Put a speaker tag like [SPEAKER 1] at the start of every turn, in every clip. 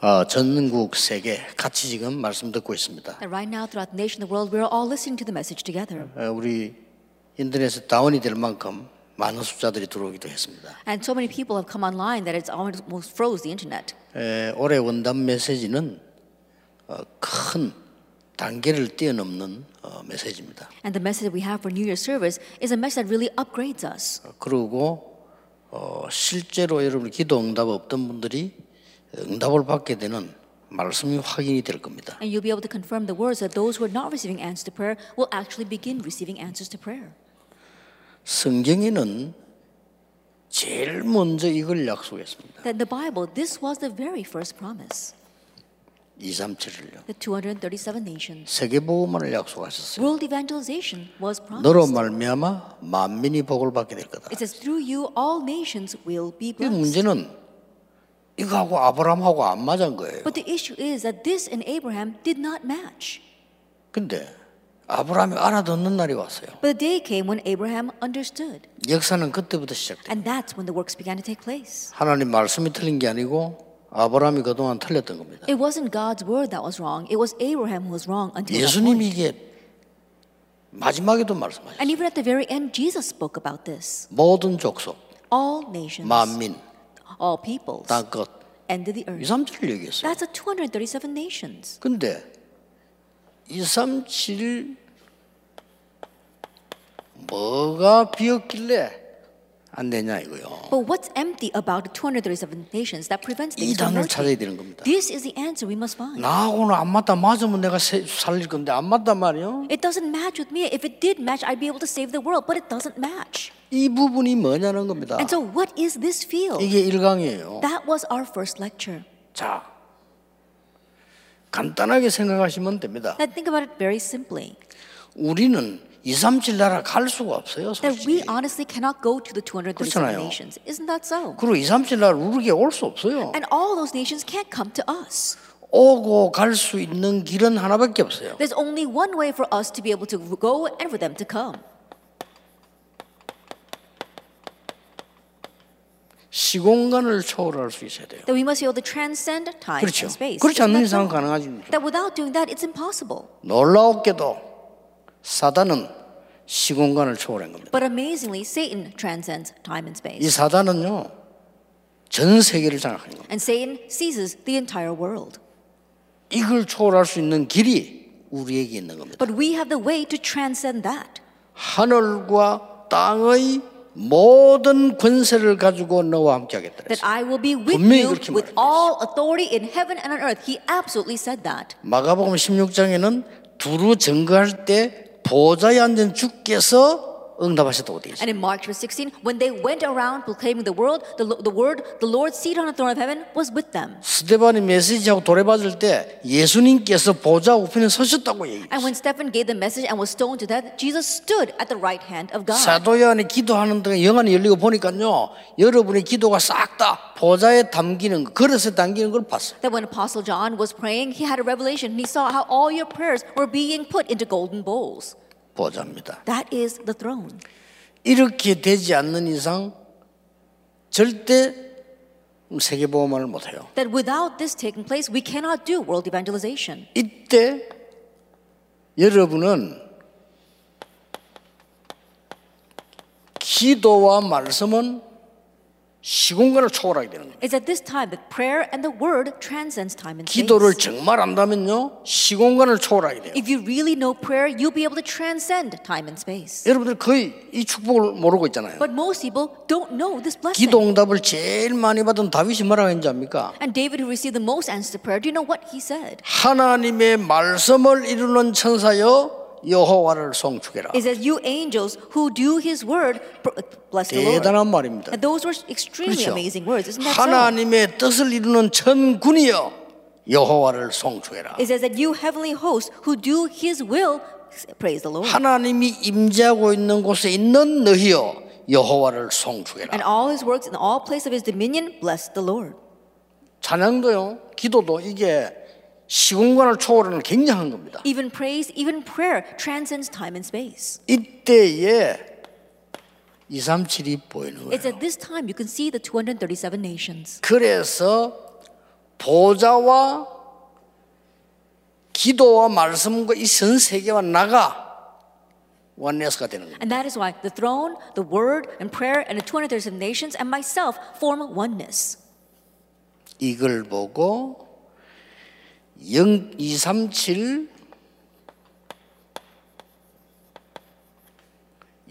[SPEAKER 1] 어, 전국 세계 같이 지금 말씀 듣고 있습니다.
[SPEAKER 2] And right now, throughout the nation, the world, we are all listening to the message together.
[SPEAKER 1] 어, 우리 인터넷에 다운이 될 만큼 많은 숫자들이 들어오기도 했습니다.
[SPEAKER 2] And so many people have come online that it's almost froze the internet.
[SPEAKER 1] 에, 올해 원단 메시지는 어, 큰 단계를 뛰어넘는 어, 메시지입니다.
[SPEAKER 2] And the message that we have for New Year's service is a message that really upgrades us.
[SPEAKER 1] 어, 그리고 어, 실제로 여러분 기도 응답 없던 분들이 응답을 받게 되는 말씀이 확인이 될 겁니다.
[SPEAKER 2] And you'll be able to confirm the words that those who are not receiving answers to prayer will actually begin receiving answers to prayer.
[SPEAKER 1] 성경에는 제일 먼저 이걸 약속했습니다.
[SPEAKER 2] That in the Bible, this was the very first promise.
[SPEAKER 1] 2, 3, 7일요.
[SPEAKER 2] The 237 nations.
[SPEAKER 1] 세계복음을 약속하셨어요.
[SPEAKER 2] World evangelization was
[SPEAKER 1] 너로
[SPEAKER 2] promised.
[SPEAKER 1] 말미암아 만민이 복을 받게 될 거다.
[SPEAKER 2] It says, through you, all nations will be
[SPEAKER 1] 이
[SPEAKER 2] blessed.
[SPEAKER 1] 문제는 이거하고 아브라함하고 안 맞은 거예요.
[SPEAKER 2] But the issue is that this and Abraham did not match.
[SPEAKER 1] 근데 아브라함이 알아듣는 날이 왔어요.
[SPEAKER 2] But the day came when Abraham understood,
[SPEAKER 1] 역사는 그때부터 시작돼요.
[SPEAKER 2] and that's when the works began to take place.
[SPEAKER 1] 하나님 말씀이 틀린 게 아니고 아브라함이 그동안 틀렸던 겁니다.
[SPEAKER 2] It wasn't God's word that was wrong, it was Abraham who was wrong until that
[SPEAKER 1] 예수님이
[SPEAKER 2] point.
[SPEAKER 1] 이게 마지막에도 말씀하셨어요.
[SPEAKER 2] And even at the very end, Jesus spoke about this.
[SPEAKER 1] 모든 족속,
[SPEAKER 2] All nations,
[SPEAKER 1] 만민,
[SPEAKER 2] all peoples,
[SPEAKER 1] 땅끝
[SPEAKER 2] end of the
[SPEAKER 1] 2,
[SPEAKER 2] earth.
[SPEAKER 1] 3, 7을 얘기했어요.
[SPEAKER 2] That's the 237 nations.
[SPEAKER 1] 근데 2, 3, 7 뭐가 비었길래 안 되냐 이거요.
[SPEAKER 2] But what's empty about the 237 nations that prevents
[SPEAKER 1] 이
[SPEAKER 2] things from
[SPEAKER 1] 단어를
[SPEAKER 2] working?
[SPEAKER 1] 찾아야 되는 겁니다.
[SPEAKER 2] This is the answer we must find.
[SPEAKER 1] 나하고는 안 맞다 맞으면 내가 세- 살릴 건데 안 맞단 말이요.
[SPEAKER 2] It doesn't match with me. If it did match, I'd be able to save the world, but it doesn't match.
[SPEAKER 1] 이 부분이 뭐냐는 겁니다.
[SPEAKER 2] And so, what is this field?
[SPEAKER 1] 이게 1강이에요.
[SPEAKER 2] That was our first lecture.
[SPEAKER 1] 자, 간단하게 생각하시면 됩니다.
[SPEAKER 2] Now, think about it very simply
[SPEAKER 1] 우리는 2, 3, 7 나라 갈 수가 없어요.
[SPEAKER 2] that we
[SPEAKER 1] 솔직히.
[SPEAKER 2] honestly cannot go to the 237
[SPEAKER 1] 그렇잖아요.
[SPEAKER 2] nations. Isn't that so?
[SPEAKER 1] 그리고 2, 3, 7 나라 우르게 올 수 없어요.
[SPEAKER 2] And all those nations can't come to us.
[SPEAKER 1] 오고 갈 수 있는 길은 하나밖에 없어요.
[SPEAKER 2] There's only one way for us to be able to go and for them to come
[SPEAKER 1] 시공간을 초월할 수 있어야 돼요.
[SPEAKER 2] that we must be able to transcend time
[SPEAKER 1] 그렇죠.
[SPEAKER 2] and space.
[SPEAKER 1] 그렇지 않는
[SPEAKER 2] Isn't that
[SPEAKER 1] 이상은
[SPEAKER 2] so?
[SPEAKER 1] 가능하지. 않죠.
[SPEAKER 2] That without doing that, it's impossible.
[SPEAKER 1] 놀라웠게도 사단은 시공간을 초월한 겁니다.
[SPEAKER 2] But amazingly, Satan transcends time and
[SPEAKER 1] 이
[SPEAKER 2] space.
[SPEAKER 1] 사단은요 전 세계를 장악한 겁니다.
[SPEAKER 2] And Satan seizes the entire world.
[SPEAKER 1] 이걸 초월할 수 있는 길이 우리에게 있는 겁니다.
[SPEAKER 2] But we have the way to transcend that.
[SPEAKER 1] 하늘과 땅의 모든 권세를 가지고 너와 함께하겠다.
[SPEAKER 2] That
[SPEAKER 1] 그랬어요.
[SPEAKER 2] I will be with
[SPEAKER 1] 분명히
[SPEAKER 2] you
[SPEAKER 1] 그렇게
[SPEAKER 2] with
[SPEAKER 1] 말합니다.
[SPEAKER 2] all authority in heaven and on earth. He absolutely said that.
[SPEAKER 1] 마가복음 16장에는 두루 증거할 때 보좌에 앉은 주께서 응답하셨다고 되어 있어요.
[SPEAKER 2] And in Mark chapter 16, when they went around proclaiming the world, the, lo- the word, the Lord seated on the throne of heaven was with them.
[SPEAKER 1] 스데반이 메시지하고 돌해받을 때 예수님께서 보좌 우편에 서셨다고
[SPEAKER 2] And
[SPEAKER 1] 얘기했어요.
[SPEAKER 2] when Stephen gave the message and was stoned to death, Jesus stood at the right hand of God.
[SPEAKER 1] 사도 요한이 기도하는 동안 영안이 열리고 보니까요. 여러분의 기도가 싹 다 보좌에 담기는 거, 그릇에 담기는 걸 봤어요.
[SPEAKER 2] That when Apostle John was praying, he had a revelation and he saw how all your prayers were being put into golden bowls.
[SPEAKER 1] 보좌입니다.
[SPEAKER 2] That is the throne.
[SPEAKER 1] 이렇게 되지 않는 이상 절대 세계보험을 못해요.
[SPEAKER 2] That without this taking place, we cannot do world evangelization.
[SPEAKER 1] 이때 여러분은 기도와 말씀은 시공간을 초월하게 되는 거예요.
[SPEAKER 2] It's at this time that prayer and the word transcends time and space.
[SPEAKER 1] 기도를 정말 안다면요, 시공간을 초월하게 돼요.
[SPEAKER 2] If you really know prayer, you'll be able to transcend time and space.
[SPEAKER 1] 여러분들 거의 이 축복을 모르고 있잖아요.
[SPEAKER 2] But most people don't know this blessing.
[SPEAKER 1] 기도 응답을 제일 많이 받은 다윗이 뭐라고 했는지 압니까?
[SPEAKER 2] And David, who received the most answers to prayer, do you know what he said?
[SPEAKER 1] 하나님의 말씀을 이루는 천사여 여호와를 송축해라.
[SPEAKER 2] It says, You angels who do his word, pr- bless
[SPEAKER 1] Eh,
[SPEAKER 2] the Lord.
[SPEAKER 1] 대단한 말입니다.
[SPEAKER 2] And those were extremely
[SPEAKER 1] 그렇죠.
[SPEAKER 2] amazing words, isn't that so?
[SPEAKER 1] 하나님의 뜻을 이루는 천군이여 여호와를 송축해라.
[SPEAKER 2] It says that you heavenly hosts who do his will, praise the Lord.
[SPEAKER 1] 하나님이 임재하고 있는 곳에 있는 너희여 여호와를
[SPEAKER 2] And
[SPEAKER 1] 송축해라.
[SPEAKER 2] all his works in all place of his dominion, bless the Lord.
[SPEAKER 1] 찬양도요, 기도도 이게 시공간을 초월하는 굉장한 겁니다.
[SPEAKER 2] Even praise, even prayer transcends time and space.
[SPEAKER 1] 이때에 237이 보이는 거예요.
[SPEAKER 2] It's at this time you can see the 237 nations.
[SPEAKER 1] 그래서 보좌와 기도와 말씀과 그 이 전 세계와 나가 원네스가 되는 겁니다.
[SPEAKER 2] And that is why the throne, the word, and prayer, and the 237 nations, and myself form oneness.
[SPEAKER 1] 이걸 보고 0237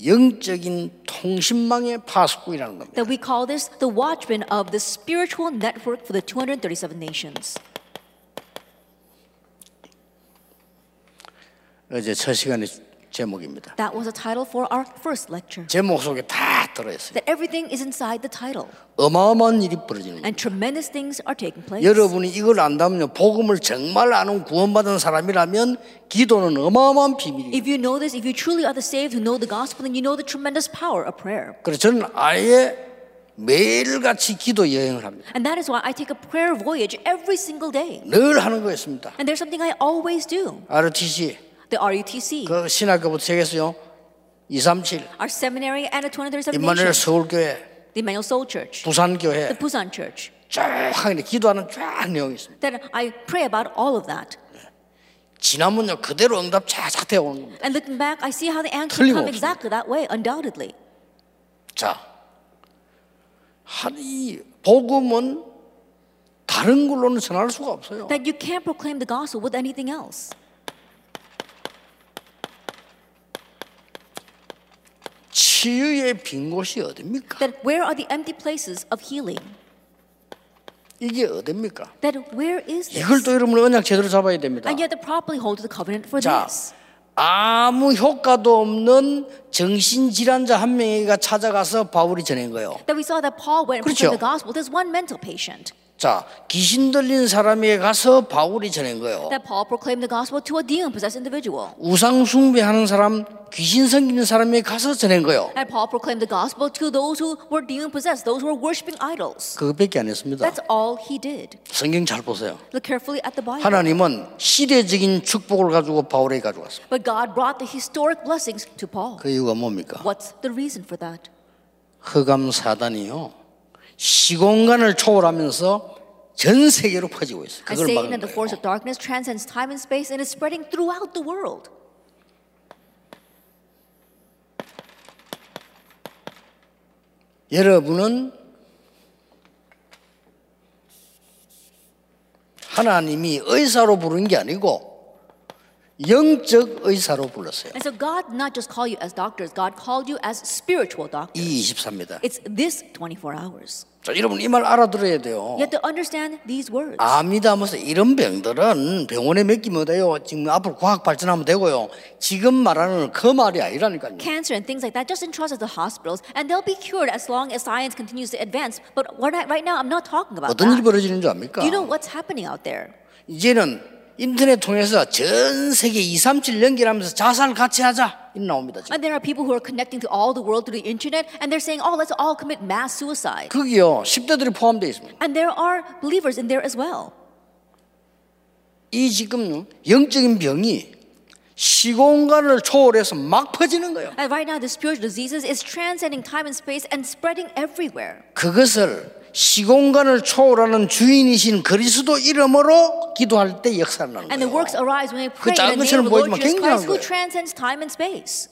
[SPEAKER 1] 영적인 통신망의 파수꾼이라는 겁니다.
[SPEAKER 2] That we call this the watchman of the spiritual network for the 237 nations.
[SPEAKER 1] 어제 첫 시간의 제목입니다.
[SPEAKER 2] That was the title for our first lecture.
[SPEAKER 1] 제목 속에 다 들어있어요.
[SPEAKER 2] That everything is inside the title,
[SPEAKER 1] 어마어마한 일이 벌어지는 거예요.
[SPEAKER 2] and tremendous things are taking place.
[SPEAKER 1] 여러분이 이걸 안다면요. 복음을 정말 아는 구원받은 사람이라면 기도는 어마어마한 비밀이에요.
[SPEAKER 2] If you know this, if you truly are the saved who know the gospel, then you know the tremendous power of prayer.
[SPEAKER 1] 그래서 저는 아예 매일같이 기도 여행을 합니다.
[SPEAKER 2] And that is why I take a prayer voyage every single day.
[SPEAKER 1] 늘 하는 거였습니다.
[SPEAKER 2] And there's something I always do
[SPEAKER 1] RTC
[SPEAKER 2] the RUTC,
[SPEAKER 1] 그 신학교부터 세계에서요. 237
[SPEAKER 2] our seminary, and the 237
[SPEAKER 1] 임마누엘
[SPEAKER 2] nations,
[SPEAKER 1] 서울교회
[SPEAKER 2] the Emmanuel Soul Church, the
[SPEAKER 1] 부산교회
[SPEAKER 2] Busan Church.
[SPEAKER 1] 쫙 하는데 기도하는 쫙 내용이 있습니다.
[SPEAKER 2] That I pray about all of that.
[SPEAKER 1] 지난번요 그대로 응답 쫙쫙 되어오는 겁니다.
[SPEAKER 2] And looking back, I see how the answers come
[SPEAKER 1] 틀림없습니다.
[SPEAKER 2] exactly that way, undoubtedly.
[SPEAKER 1] 자, 한이 복음은 다른 걸로는 전할 수가 없어요.
[SPEAKER 2] That you can't proclaim the gospel with anything else.
[SPEAKER 1] 치유의 빈 곳이 어딥니까?
[SPEAKER 2] That where are the empty places of healing?
[SPEAKER 1] 이게 어딥니까?
[SPEAKER 2] That where is
[SPEAKER 1] 이걸
[SPEAKER 2] this?
[SPEAKER 1] 또 여러분 언약 제대로 잡아야 됩니다.
[SPEAKER 2] And you have to properly hold to the covenant for
[SPEAKER 1] 자,
[SPEAKER 2] this.
[SPEAKER 1] 아무 효과도 없는 정신질환자 한 명이가 찾아가서 바울이 전한 거예요.
[SPEAKER 2] that we saw that Paul went and
[SPEAKER 1] 그렇죠.
[SPEAKER 2] proclaimed the gospel. There's one mental patient
[SPEAKER 1] 자, 귀신 들린 사람에게 가서 바울이 전한 거예요.
[SPEAKER 2] that Paul proclaimed the gospel to a demon-possessed individual.
[SPEAKER 1] 우상 숭배하는 사람, 귀신 섬기는 사람에게 가서 전한 거예요.
[SPEAKER 2] And Paul proclaimed the gospel to those who were demon-possessed, those who were worshiping idols.
[SPEAKER 1] 그것밖에 안 했습니다.
[SPEAKER 2] That's all he did.
[SPEAKER 1] 성경 잘 보세요.
[SPEAKER 2] Look carefully at the Bible.
[SPEAKER 1] 하나님은 시대적인 축복을 가지고 바울에게 가져왔어요.
[SPEAKER 2] But God brought the historic blessings to Paul.
[SPEAKER 1] 그 이유가 뭡니까?
[SPEAKER 2] What's the reason for that?
[SPEAKER 1] 흑암 사단이요. 시공간을 초월하면서 전 세계로 퍼지고 있어요.
[SPEAKER 2] And
[SPEAKER 1] 그걸
[SPEAKER 2] Satan
[SPEAKER 1] 막은
[SPEAKER 2] and the force
[SPEAKER 1] 거예요.
[SPEAKER 2] of darkness transcends time and space and is spreading throughout the world.
[SPEAKER 1] 여러분은 하나님이 의사로 부른 게 아니고 영적 의사로 불렀어요.
[SPEAKER 2] And so God did not just call you as doctors, God called you as spiritual doctors.
[SPEAKER 1] 이 24입니다.
[SPEAKER 2] It's this 24 hours.
[SPEAKER 1] 자, 여러분 이 말 알아들어야 돼요.
[SPEAKER 2] You have to understand these words.
[SPEAKER 1] 암이다 무슨 이런 병들은 병원에 맡기면 돼요. 지금 앞으로 과학 발전하면 되고요. 지금 말하는 그 말이 아니라니까요.
[SPEAKER 2] cancer and things like that just entrusted to hospitals and they'll be cured as long as science continues to advance but we're not, right now i'm not talking about
[SPEAKER 1] 어떤 일이
[SPEAKER 2] that
[SPEAKER 1] 벌어지는 줄 압니까?
[SPEAKER 2] do you know what's happening out there
[SPEAKER 1] 이제는 인터넷 통해서 전 세계 237 연결하면서 자살 같이 하자 이 나옵니다. 지금.
[SPEAKER 2] and there are people who are connecting to all the world through the internet and they're saying oh let's all commit mass suicide
[SPEAKER 1] 거기요 10대들이 포함되어 있습니다.
[SPEAKER 2] and there are believers in there as well
[SPEAKER 1] 이 지금 영적인 병이 시공간을 초월해서 막 퍼지는 거예요.
[SPEAKER 2] and right now the spiritual diseases is transcending time and space and spreading everywhere
[SPEAKER 1] 그것을 시공간을 초월하는 주인이신 그리스도 이름으로 기도할 때 역사나는
[SPEAKER 2] and the
[SPEAKER 1] 거예요.
[SPEAKER 2] works arise when we pray in
[SPEAKER 1] 작은
[SPEAKER 2] the
[SPEAKER 1] 것처럼
[SPEAKER 2] name of the Lord
[SPEAKER 1] 보이지만
[SPEAKER 2] Jesus Christ
[SPEAKER 1] 굉장한
[SPEAKER 2] who
[SPEAKER 1] 거예요.
[SPEAKER 2] transcends time and space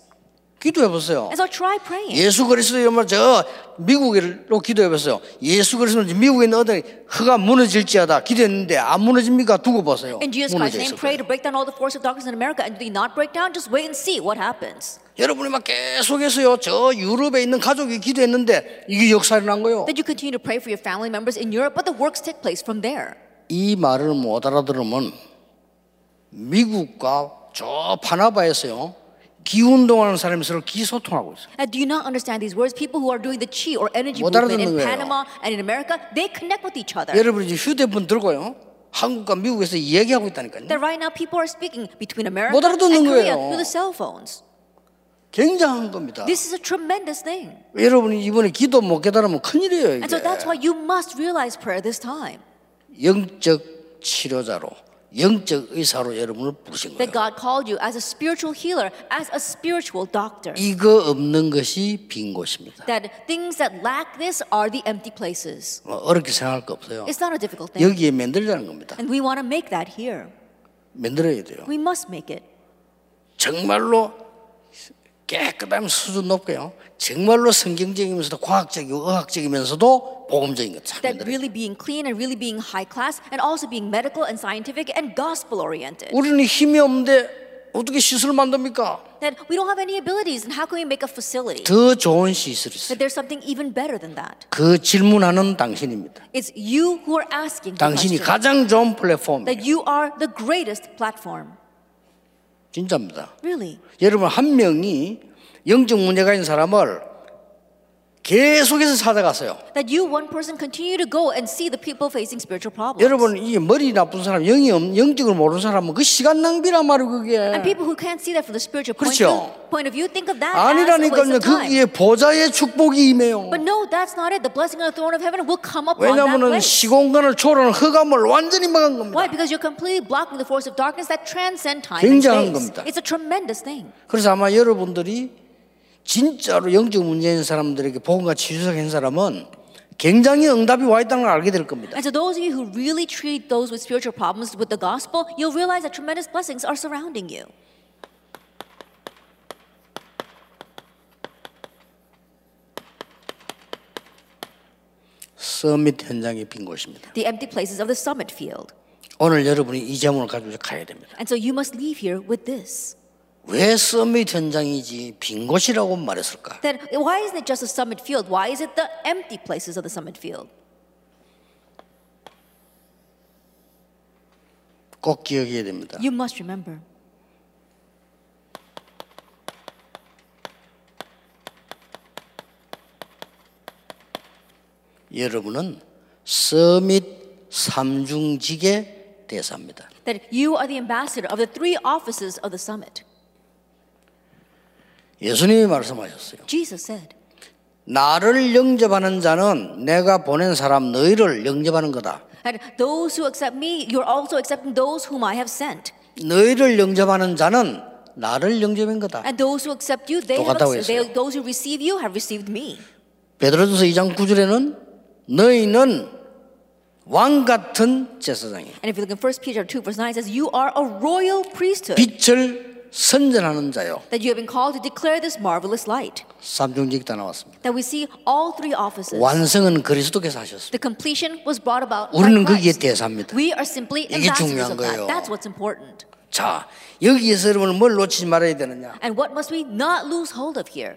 [SPEAKER 1] 기도해 보세요.
[SPEAKER 2] and so try praying
[SPEAKER 1] 예수 그리스도 이름으로 저 미국으로 기도해 보세요. 예수 그리스도 미국에 넣어더니 허가 무너질지하다 기도했는데 안 무너집니까? 두고 보세요.
[SPEAKER 2] In Jesus Christ's
[SPEAKER 1] 무너져
[SPEAKER 2] name,
[SPEAKER 1] 있을
[SPEAKER 2] pray
[SPEAKER 1] 거예요.
[SPEAKER 2] to break down all the forces of darkness in America. And do they not break down? Just wait and see what happens.
[SPEAKER 1] 여러분이 막 계속해서요. 저 유럽에 있는 가족이 기도했는데 이게 역사를 난 거예요.
[SPEAKER 2] That you continue to pray for your family members in Europe, but the works take place from there.
[SPEAKER 1] 이 말을 못 알아들으면 미국과 저 파나바에서요. 기운동하는 사람이 서로 기소통하고 있어요.
[SPEAKER 2] And do you not understand these words? People who are doing the chi or energy
[SPEAKER 1] 못
[SPEAKER 2] movement
[SPEAKER 1] 알아듣는
[SPEAKER 2] in
[SPEAKER 1] 거예요.
[SPEAKER 2] Panama and in America, they connect with each other.
[SPEAKER 1] 여러분이 이제 휴대폰 들고요. 한국과 미국에서 이야기하고 있다니까요.
[SPEAKER 2] That right now people are speaking between America
[SPEAKER 1] 못
[SPEAKER 2] and
[SPEAKER 1] 알아듣는
[SPEAKER 2] Korea
[SPEAKER 1] 거예요.
[SPEAKER 2] through the cell phones.
[SPEAKER 1] 굉장한 겁니다.
[SPEAKER 2] This is a tremendous thing.
[SPEAKER 1] 여러분이 이번에 기도 못 깨달으면 큰일이에요. 이게.
[SPEAKER 2] 아, And so that's why you must realize prayer this time.
[SPEAKER 1] 영적 치료자로 영적 의사로 여러분을 부르신 거예요.
[SPEAKER 2] that God called you as a spiritual healer, as a spiritual doctor.
[SPEAKER 1] 이거 없는 것이 빈 곳입니다.
[SPEAKER 2] That things that lack this are the empty places.
[SPEAKER 1] 어, 어렵게 생각할 거 없어요.
[SPEAKER 2] It's not a difficult thing.
[SPEAKER 1] 여기에 만들자는 겁니다.
[SPEAKER 2] And we want to make that here.
[SPEAKER 1] 만들어야 돼요.
[SPEAKER 2] We must make it.
[SPEAKER 1] 정말로 깨끗한 수준 높고요. 정말로 성경적이면서도 과학적이고 의학적이면서도 복음적인 것을 잘
[SPEAKER 2] That
[SPEAKER 1] 만들어요.
[SPEAKER 2] really being clean and really being high class and also being medical and scientific and gospel oriented.
[SPEAKER 1] 우리는 힘이 없는데 어떻게 시설을 만듭니까?
[SPEAKER 2] That we don't have any abilities and how can we make a facility?
[SPEAKER 1] 더 좋은 시설이 있어요.
[SPEAKER 2] That there's something even better than that.
[SPEAKER 1] 그 질문하는 당신입니다.
[SPEAKER 2] It's you who are asking the
[SPEAKER 1] 당신이 가장
[SPEAKER 2] question.
[SPEAKER 1] 좋은 플랫폼이에요.
[SPEAKER 2] That you are the greatest platform.
[SPEAKER 1] 진짜입니다.
[SPEAKER 2] Really.
[SPEAKER 1] 여러분 한 명이 영적 문제가 있는 사람을 계속해서 찾아갔어요.
[SPEAKER 2] That you, one person, continue to go and see the people facing spiritual problems.
[SPEAKER 1] 여러분 이 머리 나쁜 사람, 영이 없- 영적을 모르는 사람은 그 시간 낭비란 말이에요
[SPEAKER 2] And
[SPEAKER 1] 그게.
[SPEAKER 2] people who can't see that from the spiritual point,
[SPEAKER 1] 그렇죠.
[SPEAKER 2] of, point of view think of that as a waste
[SPEAKER 1] 아니라니까요.
[SPEAKER 2] of time.
[SPEAKER 1] 거기에 보좌의 축복이 임해요.
[SPEAKER 2] But no, that's not it. The blessing on the throne of heaven will come upon that
[SPEAKER 1] 왜냐하면
[SPEAKER 2] place.
[SPEAKER 1] 시공간을 초월하는 허감을 완전히 막은 겁니다.
[SPEAKER 2] Why? Because you're completely blocking the force of darkness that transcend time and
[SPEAKER 1] 굉장한
[SPEAKER 2] space.
[SPEAKER 1] 겁니다.
[SPEAKER 2] It's a tremendous thing.
[SPEAKER 1] 그래서 아마 여러분들이 진짜로 영적 문제인 사람들에게 복음과 치유사인 사람은 굉장히 응답이 와 있다는 걸 알게 될 겁니다.
[SPEAKER 2] And so those of you who really treat those with spiritual problems with the gospel, you'll realize that tremendous blessings are surrounding you.
[SPEAKER 1] 서밋 현장이 빈 곳입니다.
[SPEAKER 2] The empty places of the summit field.
[SPEAKER 1] 오늘 여러분이 이 제목을 가지고 가야 됩니다.
[SPEAKER 2] And so you must leave here with this.
[SPEAKER 1] 왜 서밋 현장이지 빈 곳이라고 말했을까?
[SPEAKER 2] Then why isn't it just a summit field? Why is it the empty places of the summit field?
[SPEAKER 1] 꼭 기억해야 됩니다.
[SPEAKER 2] You must remember.
[SPEAKER 1] 여러분은 서밋 삼중직의 대사입니다.
[SPEAKER 2] that you are the ambassador of the three offices of the summit.
[SPEAKER 1] 예수님이 말씀하셨어요.
[SPEAKER 2] Jesus said,
[SPEAKER 1] 나를 영접하는 자는 내가 보낸 사람 너희를 영접하는 거다.
[SPEAKER 2] And those who accept me, you're also accepting those whom I have sent.
[SPEAKER 1] 너희를 영접하는 자는 나를 영접한 거다.
[SPEAKER 2] And those who accept you, they have
[SPEAKER 1] 똑같다고
[SPEAKER 2] accept, they,
[SPEAKER 1] 했어요.
[SPEAKER 2] those who receive you have received me.
[SPEAKER 1] 베드로전서 2장 9절에는 너희는 왕 같은 제사장이에요.
[SPEAKER 2] And if you look in 1 Peter 2, verse 9, it says, You are a royal priesthood,
[SPEAKER 1] 빛을 선전하는 자요.
[SPEAKER 2] that you have been called to declare this marvelous light.
[SPEAKER 1] 삼중직 다 나왔습니다.
[SPEAKER 2] That we see all three offices.
[SPEAKER 1] 완성은 그리스도께서 하셨습니다.
[SPEAKER 2] The completion was brought about. by
[SPEAKER 1] 우리는 그게
[SPEAKER 2] Christ.
[SPEAKER 1] 대사입니다.
[SPEAKER 2] We are simply
[SPEAKER 1] 이게
[SPEAKER 2] ambassadors
[SPEAKER 1] 중요한
[SPEAKER 2] of that.
[SPEAKER 1] 거예요.
[SPEAKER 2] That's what's important.
[SPEAKER 1] 자, 여기에서 여러분은 뭘 놓치지 말아야 되느냐?
[SPEAKER 2] And what must we not lose hold of here?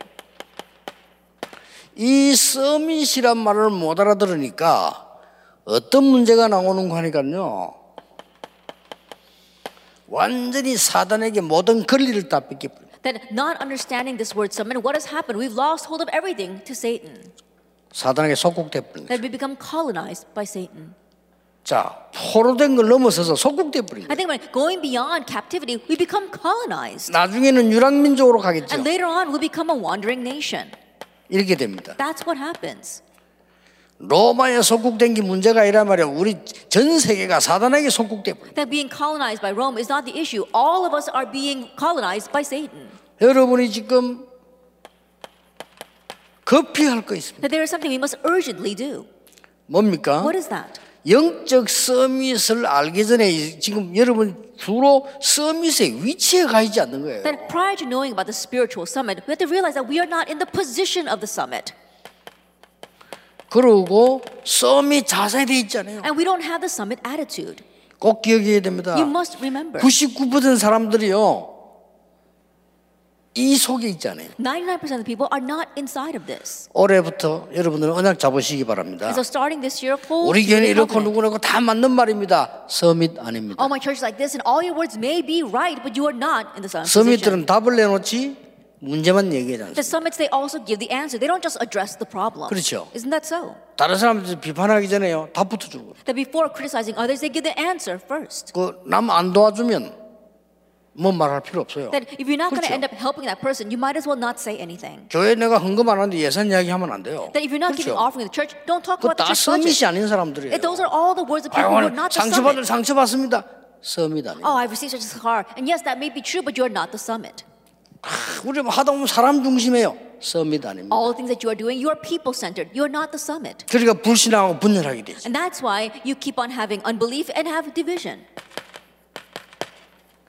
[SPEAKER 1] 이 서밋이란 말을 못 알아들으니까 어떤 문제가 나오는 거 하니까요. 완전히 사단에게 모든 권리를 다 뺏겨버려요.
[SPEAKER 2] That not understanding this word summon, what has happened? We've lost hold of everything to Satan.
[SPEAKER 1] 사단에게 속국돼버린 거예요.
[SPEAKER 2] That we become colonized by Satan.
[SPEAKER 1] 자, 포로된 걸 넘어서서 속국돼버린
[SPEAKER 2] I
[SPEAKER 1] 거예요.
[SPEAKER 2] think when going beyond captivity, we become colonized.
[SPEAKER 1] 나중에는 유랑민족으로 가겠죠.
[SPEAKER 2] And later on, we become a wandering nation.
[SPEAKER 1] 이렇게 됩니다.
[SPEAKER 2] That's what happens.
[SPEAKER 1] 로마에 속국된 게 문제가 아니라 말이야. 우리 전 세계가 사단에게 속국돼버려요.
[SPEAKER 2] That being colonized by Rome is not the issue. All of us are being colonized by Satan.
[SPEAKER 1] 여러분이 지금 급히할 거 있습니다.
[SPEAKER 2] That there is something we must urgently do.
[SPEAKER 1] 뭡니까?
[SPEAKER 2] What is that?
[SPEAKER 1] 영적 서밋을 알기 전에 이- 지금 여러분 주로 서밋의 위치에 가 있지 않는 거예요.
[SPEAKER 2] That prior to knowing about the spiritual summit, we have to realize that we are not in the position of the summit.
[SPEAKER 1] 그러고 서밋 자세히 돼 있잖아요.
[SPEAKER 2] And we don't have the summit attitude.
[SPEAKER 1] 꼭 기억해야 됩니다.
[SPEAKER 2] You must remember.
[SPEAKER 1] 99% 사람들이요 이 속에 있잖아요.
[SPEAKER 2] 99% of the people are not inside of this.
[SPEAKER 1] 올해부터 여러분들은 언약 잡으시기 바랍니다.
[SPEAKER 2] And so starting this year, hold
[SPEAKER 1] 우리
[SPEAKER 2] to
[SPEAKER 1] 교회는
[SPEAKER 2] the
[SPEAKER 1] 이렇고
[SPEAKER 2] covenant.
[SPEAKER 1] 누구라고 다 맞는 말입니다. 서밋 아닙니다.
[SPEAKER 2] All my church is like this, and all your words may be right, but you are not in the
[SPEAKER 1] 어,
[SPEAKER 2] summit. position.
[SPEAKER 1] 서밋들은 답을 내놓지 문제만 얘기하지 않습니다.
[SPEAKER 2] The summits, they also give the answer. They don't just address the problem.
[SPEAKER 1] 그렇죠.
[SPEAKER 2] Isn't that so?
[SPEAKER 1] 다른 사람들 비판하기 전에요 답부터 주는 거예요.
[SPEAKER 2] That before criticizing others, they give the answer first.
[SPEAKER 1] 그 남 안 도와주면 뭐 말할 필요 없어요.
[SPEAKER 2] That if you're not going
[SPEAKER 1] 그렇죠.
[SPEAKER 2] to end up helping that person, you might as well not say anything.
[SPEAKER 1] 교회 내가 헌금 안 하는데 예산 이야기하면 안 돼요.
[SPEAKER 2] That if you're not
[SPEAKER 1] 그렇죠.
[SPEAKER 2] giving offering to the church, don't talk about the
[SPEAKER 1] 그다
[SPEAKER 2] church
[SPEAKER 1] 서밋이
[SPEAKER 2] budget.
[SPEAKER 1] 아닌 사람들이에요.
[SPEAKER 2] If those are all the words of people who
[SPEAKER 1] 아유,
[SPEAKER 2] are not the
[SPEAKER 1] 상처 받을
[SPEAKER 2] summit.
[SPEAKER 1] 상처 받습니다. 썸이다.
[SPEAKER 2] Oh, I received such a scar. And yes, that may be true, but you're not the summit.
[SPEAKER 1] 우리 뭐 하다 보면 사람 중심이에요. 썸이다 아닙니다.
[SPEAKER 2] All the things that you are doing, you're people centered. You're not the summit.
[SPEAKER 1] 그러니까 불신하고 분열하게 되죠.
[SPEAKER 2] And that's why you keep on having unbelief and have division.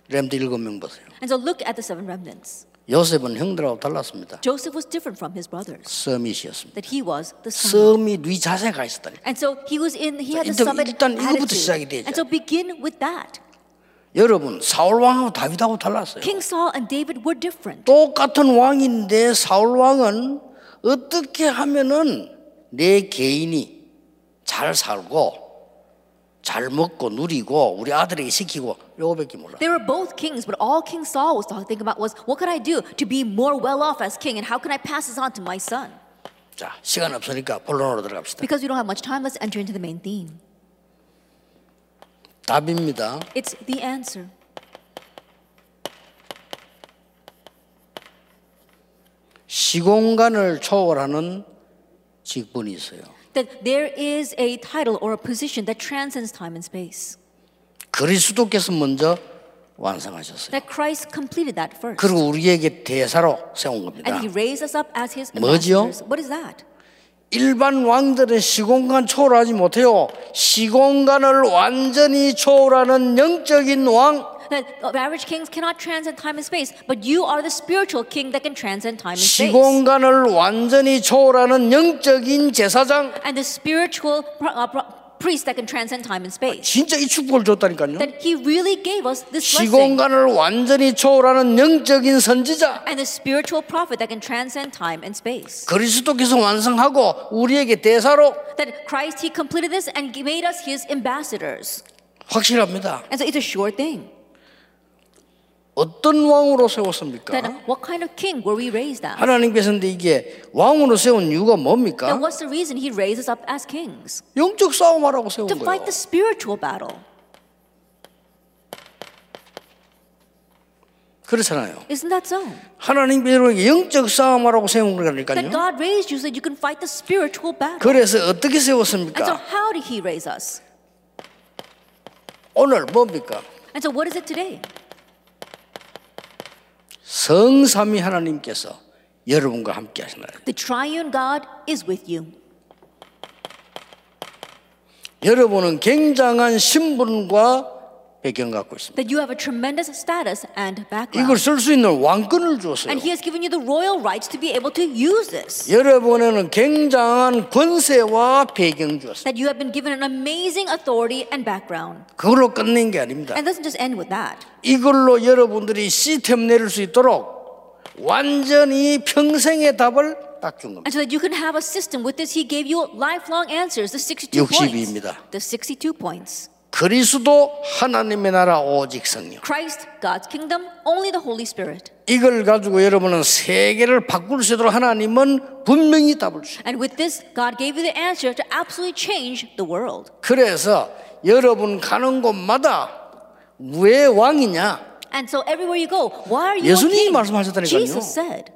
[SPEAKER 1] 렘드 일곱 명 보세요.
[SPEAKER 2] And so look at the seven remnants.
[SPEAKER 1] 요셉은 형들하고 달랐습니다.
[SPEAKER 2] Joseph was different from his brothers,
[SPEAKER 1] 썸이시였습니다.
[SPEAKER 2] that he was the summit.
[SPEAKER 1] 썸이 위 자세가 있었다니까.
[SPEAKER 2] And so he was in, he had the
[SPEAKER 1] 일단-
[SPEAKER 2] summit
[SPEAKER 1] 일단 이거부터 시작이 되죠.
[SPEAKER 2] attitude. And so begin with that.
[SPEAKER 1] 여러분 사울 왕하고 다윗하고 달랐어요.
[SPEAKER 2] King Saul and David were different.
[SPEAKER 1] 똑같은 왕인데 사울 왕은 어떻게 하면은 내 개인이 잘 살고 잘 먹고 누리고 우리 아들에게 시키고 요거밖에 몰라.
[SPEAKER 2] They were both kings, but all King Saul was talking about was what can I do to be more well off as king and how can I pass this on to my son?
[SPEAKER 1] 자 시간 없으니까 본론으로 들어갑시다.
[SPEAKER 2] Because we don't have much time, let's enter into the main theme.
[SPEAKER 1] 답입니다.
[SPEAKER 2] It's the answer.
[SPEAKER 1] 시공간을 초월하는 직분이 있어요.
[SPEAKER 2] That there is a title or a position that transcends time and space.
[SPEAKER 1] 그리스도께서 먼저 완성하셨어요.
[SPEAKER 2] That Christ completed that first.
[SPEAKER 1] 그리고 우리에게 대사로 세운
[SPEAKER 2] And
[SPEAKER 1] 겁니다.
[SPEAKER 2] he raised us up as his
[SPEAKER 1] 뭐지요?
[SPEAKER 2] ambassadors. What is that?
[SPEAKER 1] 일반 왕들은 시공간 초월하지 못해요. 시공간을 완전히 초월하는 영적인 왕,
[SPEAKER 2] That the average kings cannot transcend time and space, but you are the spiritual king that can transcend time and space.
[SPEAKER 1] 시공간을 완전히 초월하는 영적인 제사장.
[SPEAKER 2] And the spiritual pro- uh, pro- priest that can transcend time and space.
[SPEAKER 1] 진짜 이 축복을 줬다니까요.
[SPEAKER 2] That he really gave us this blessing.
[SPEAKER 1] 시공간을 완전히 초월하는 영적인 선지자.
[SPEAKER 2] And the spiritual prophet that can transcend time and space.
[SPEAKER 1] 그리스도께서 완성하고 우리에게 대사로
[SPEAKER 2] That Christ, he completed this and g- made us his ambassadors.
[SPEAKER 1] 확실합니다.
[SPEAKER 2] And so it's a sure thing.
[SPEAKER 1] 어떤 왕으로 세웠습니까?
[SPEAKER 2] That what kind of king were we raised as?
[SPEAKER 1] 하나님께서는 근데 이게 왕으로 세운 이유가
[SPEAKER 2] Then
[SPEAKER 1] 뭡니까?
[SPEAKER 2] what's the reason he raised us up as kings?
[SPEAKER 1] 영적 싸움하라고 세운
[SPEAKER 2] To
[SPEAKER 1] 거예요.
[SPEAKER 2] fight the spiritual battle.
[SPEAKER 1] 그렇잖아요.
[SPEAKER 2] Isn't that so?
[SPEAKER 1] 하나님께서 영적 싸움하라고 세운
[SPEAKER 2] That
[SPEAKER 1] 거라니까요.
[SPEAKER 2] God raised you so that you can fight the spiritual battle.
[SPEAKER 1] 그래서 어떻게
[SPEAKER 2] And so
[SPEAKER 1] 세웠습니까?
[SPEAKER 2] how did he raise us?
[SPEAKER 1] 오늘 뭡니까?
[SPEAKER 2] And so what is it today?
[SPEAKER 1] 성삼위 하나님께서 여러분과 함께 하시나요?
[SPEAKER 2] The triune God is with you.
[SPEAKER 1] 여러분은 굉장한 신분과 배경 갖고 있습니다.
[SPEAKER 2] That you have a tremendous status and
[SPEAKER 1] 이걸
[SPEAKER 2] background.
[SPEAKER 1] 쓸 수 있는 왕권을 주었어요.
[SPEAKER 2] And he has given you the royal rights to be able to use this.
[SPEAKER 1] 여러분에는 굉장한 권세와 배경 주었어요.
[SPEAKER 2] That you have been given an amazing authority and background.
[SPEAKER 1] 그걸로 끝낸 게 아닙니다.
[SPEAKER 2] And it doesn't just end with that.
[SPEAKER 1] 이걸로 여러분들이 시스템 내릴 수 있도록 완전히 평생의 답을 딱 준 겁니다.
[SPEAKER 2] And so that you can have a system with this, he gave you lifelong answers, the 62
[SPEAKER 1] 62입니다.
[SPEAKER 2] points. The 62 points.
[SPEAKER 1] 그리스도 하나님의 나라 오직 성령.
[SPEAKER 2] Christ, God's kingdom, only the Holy Spirit.
[SPEAKER 1] 이걸 가지고 여러분은 세계를 바꿀 수 있도록 하나님은 분명히 답을 주셔요.
[SPEAKER 2] And with this, God gave you the answer to absolutely change the world.
[SPEAKER 1] 그래서 여러분 가는 곳마다 왜 왕이냐?
[SPEAKER 2] And so everywhere you go, why are you a
[SPEAKER 1] 예수님이
[SPEAKER 2] king?
[SPEAKER 1] 말씀하셨다니까요.
[SPEAKER 2] Jesus said.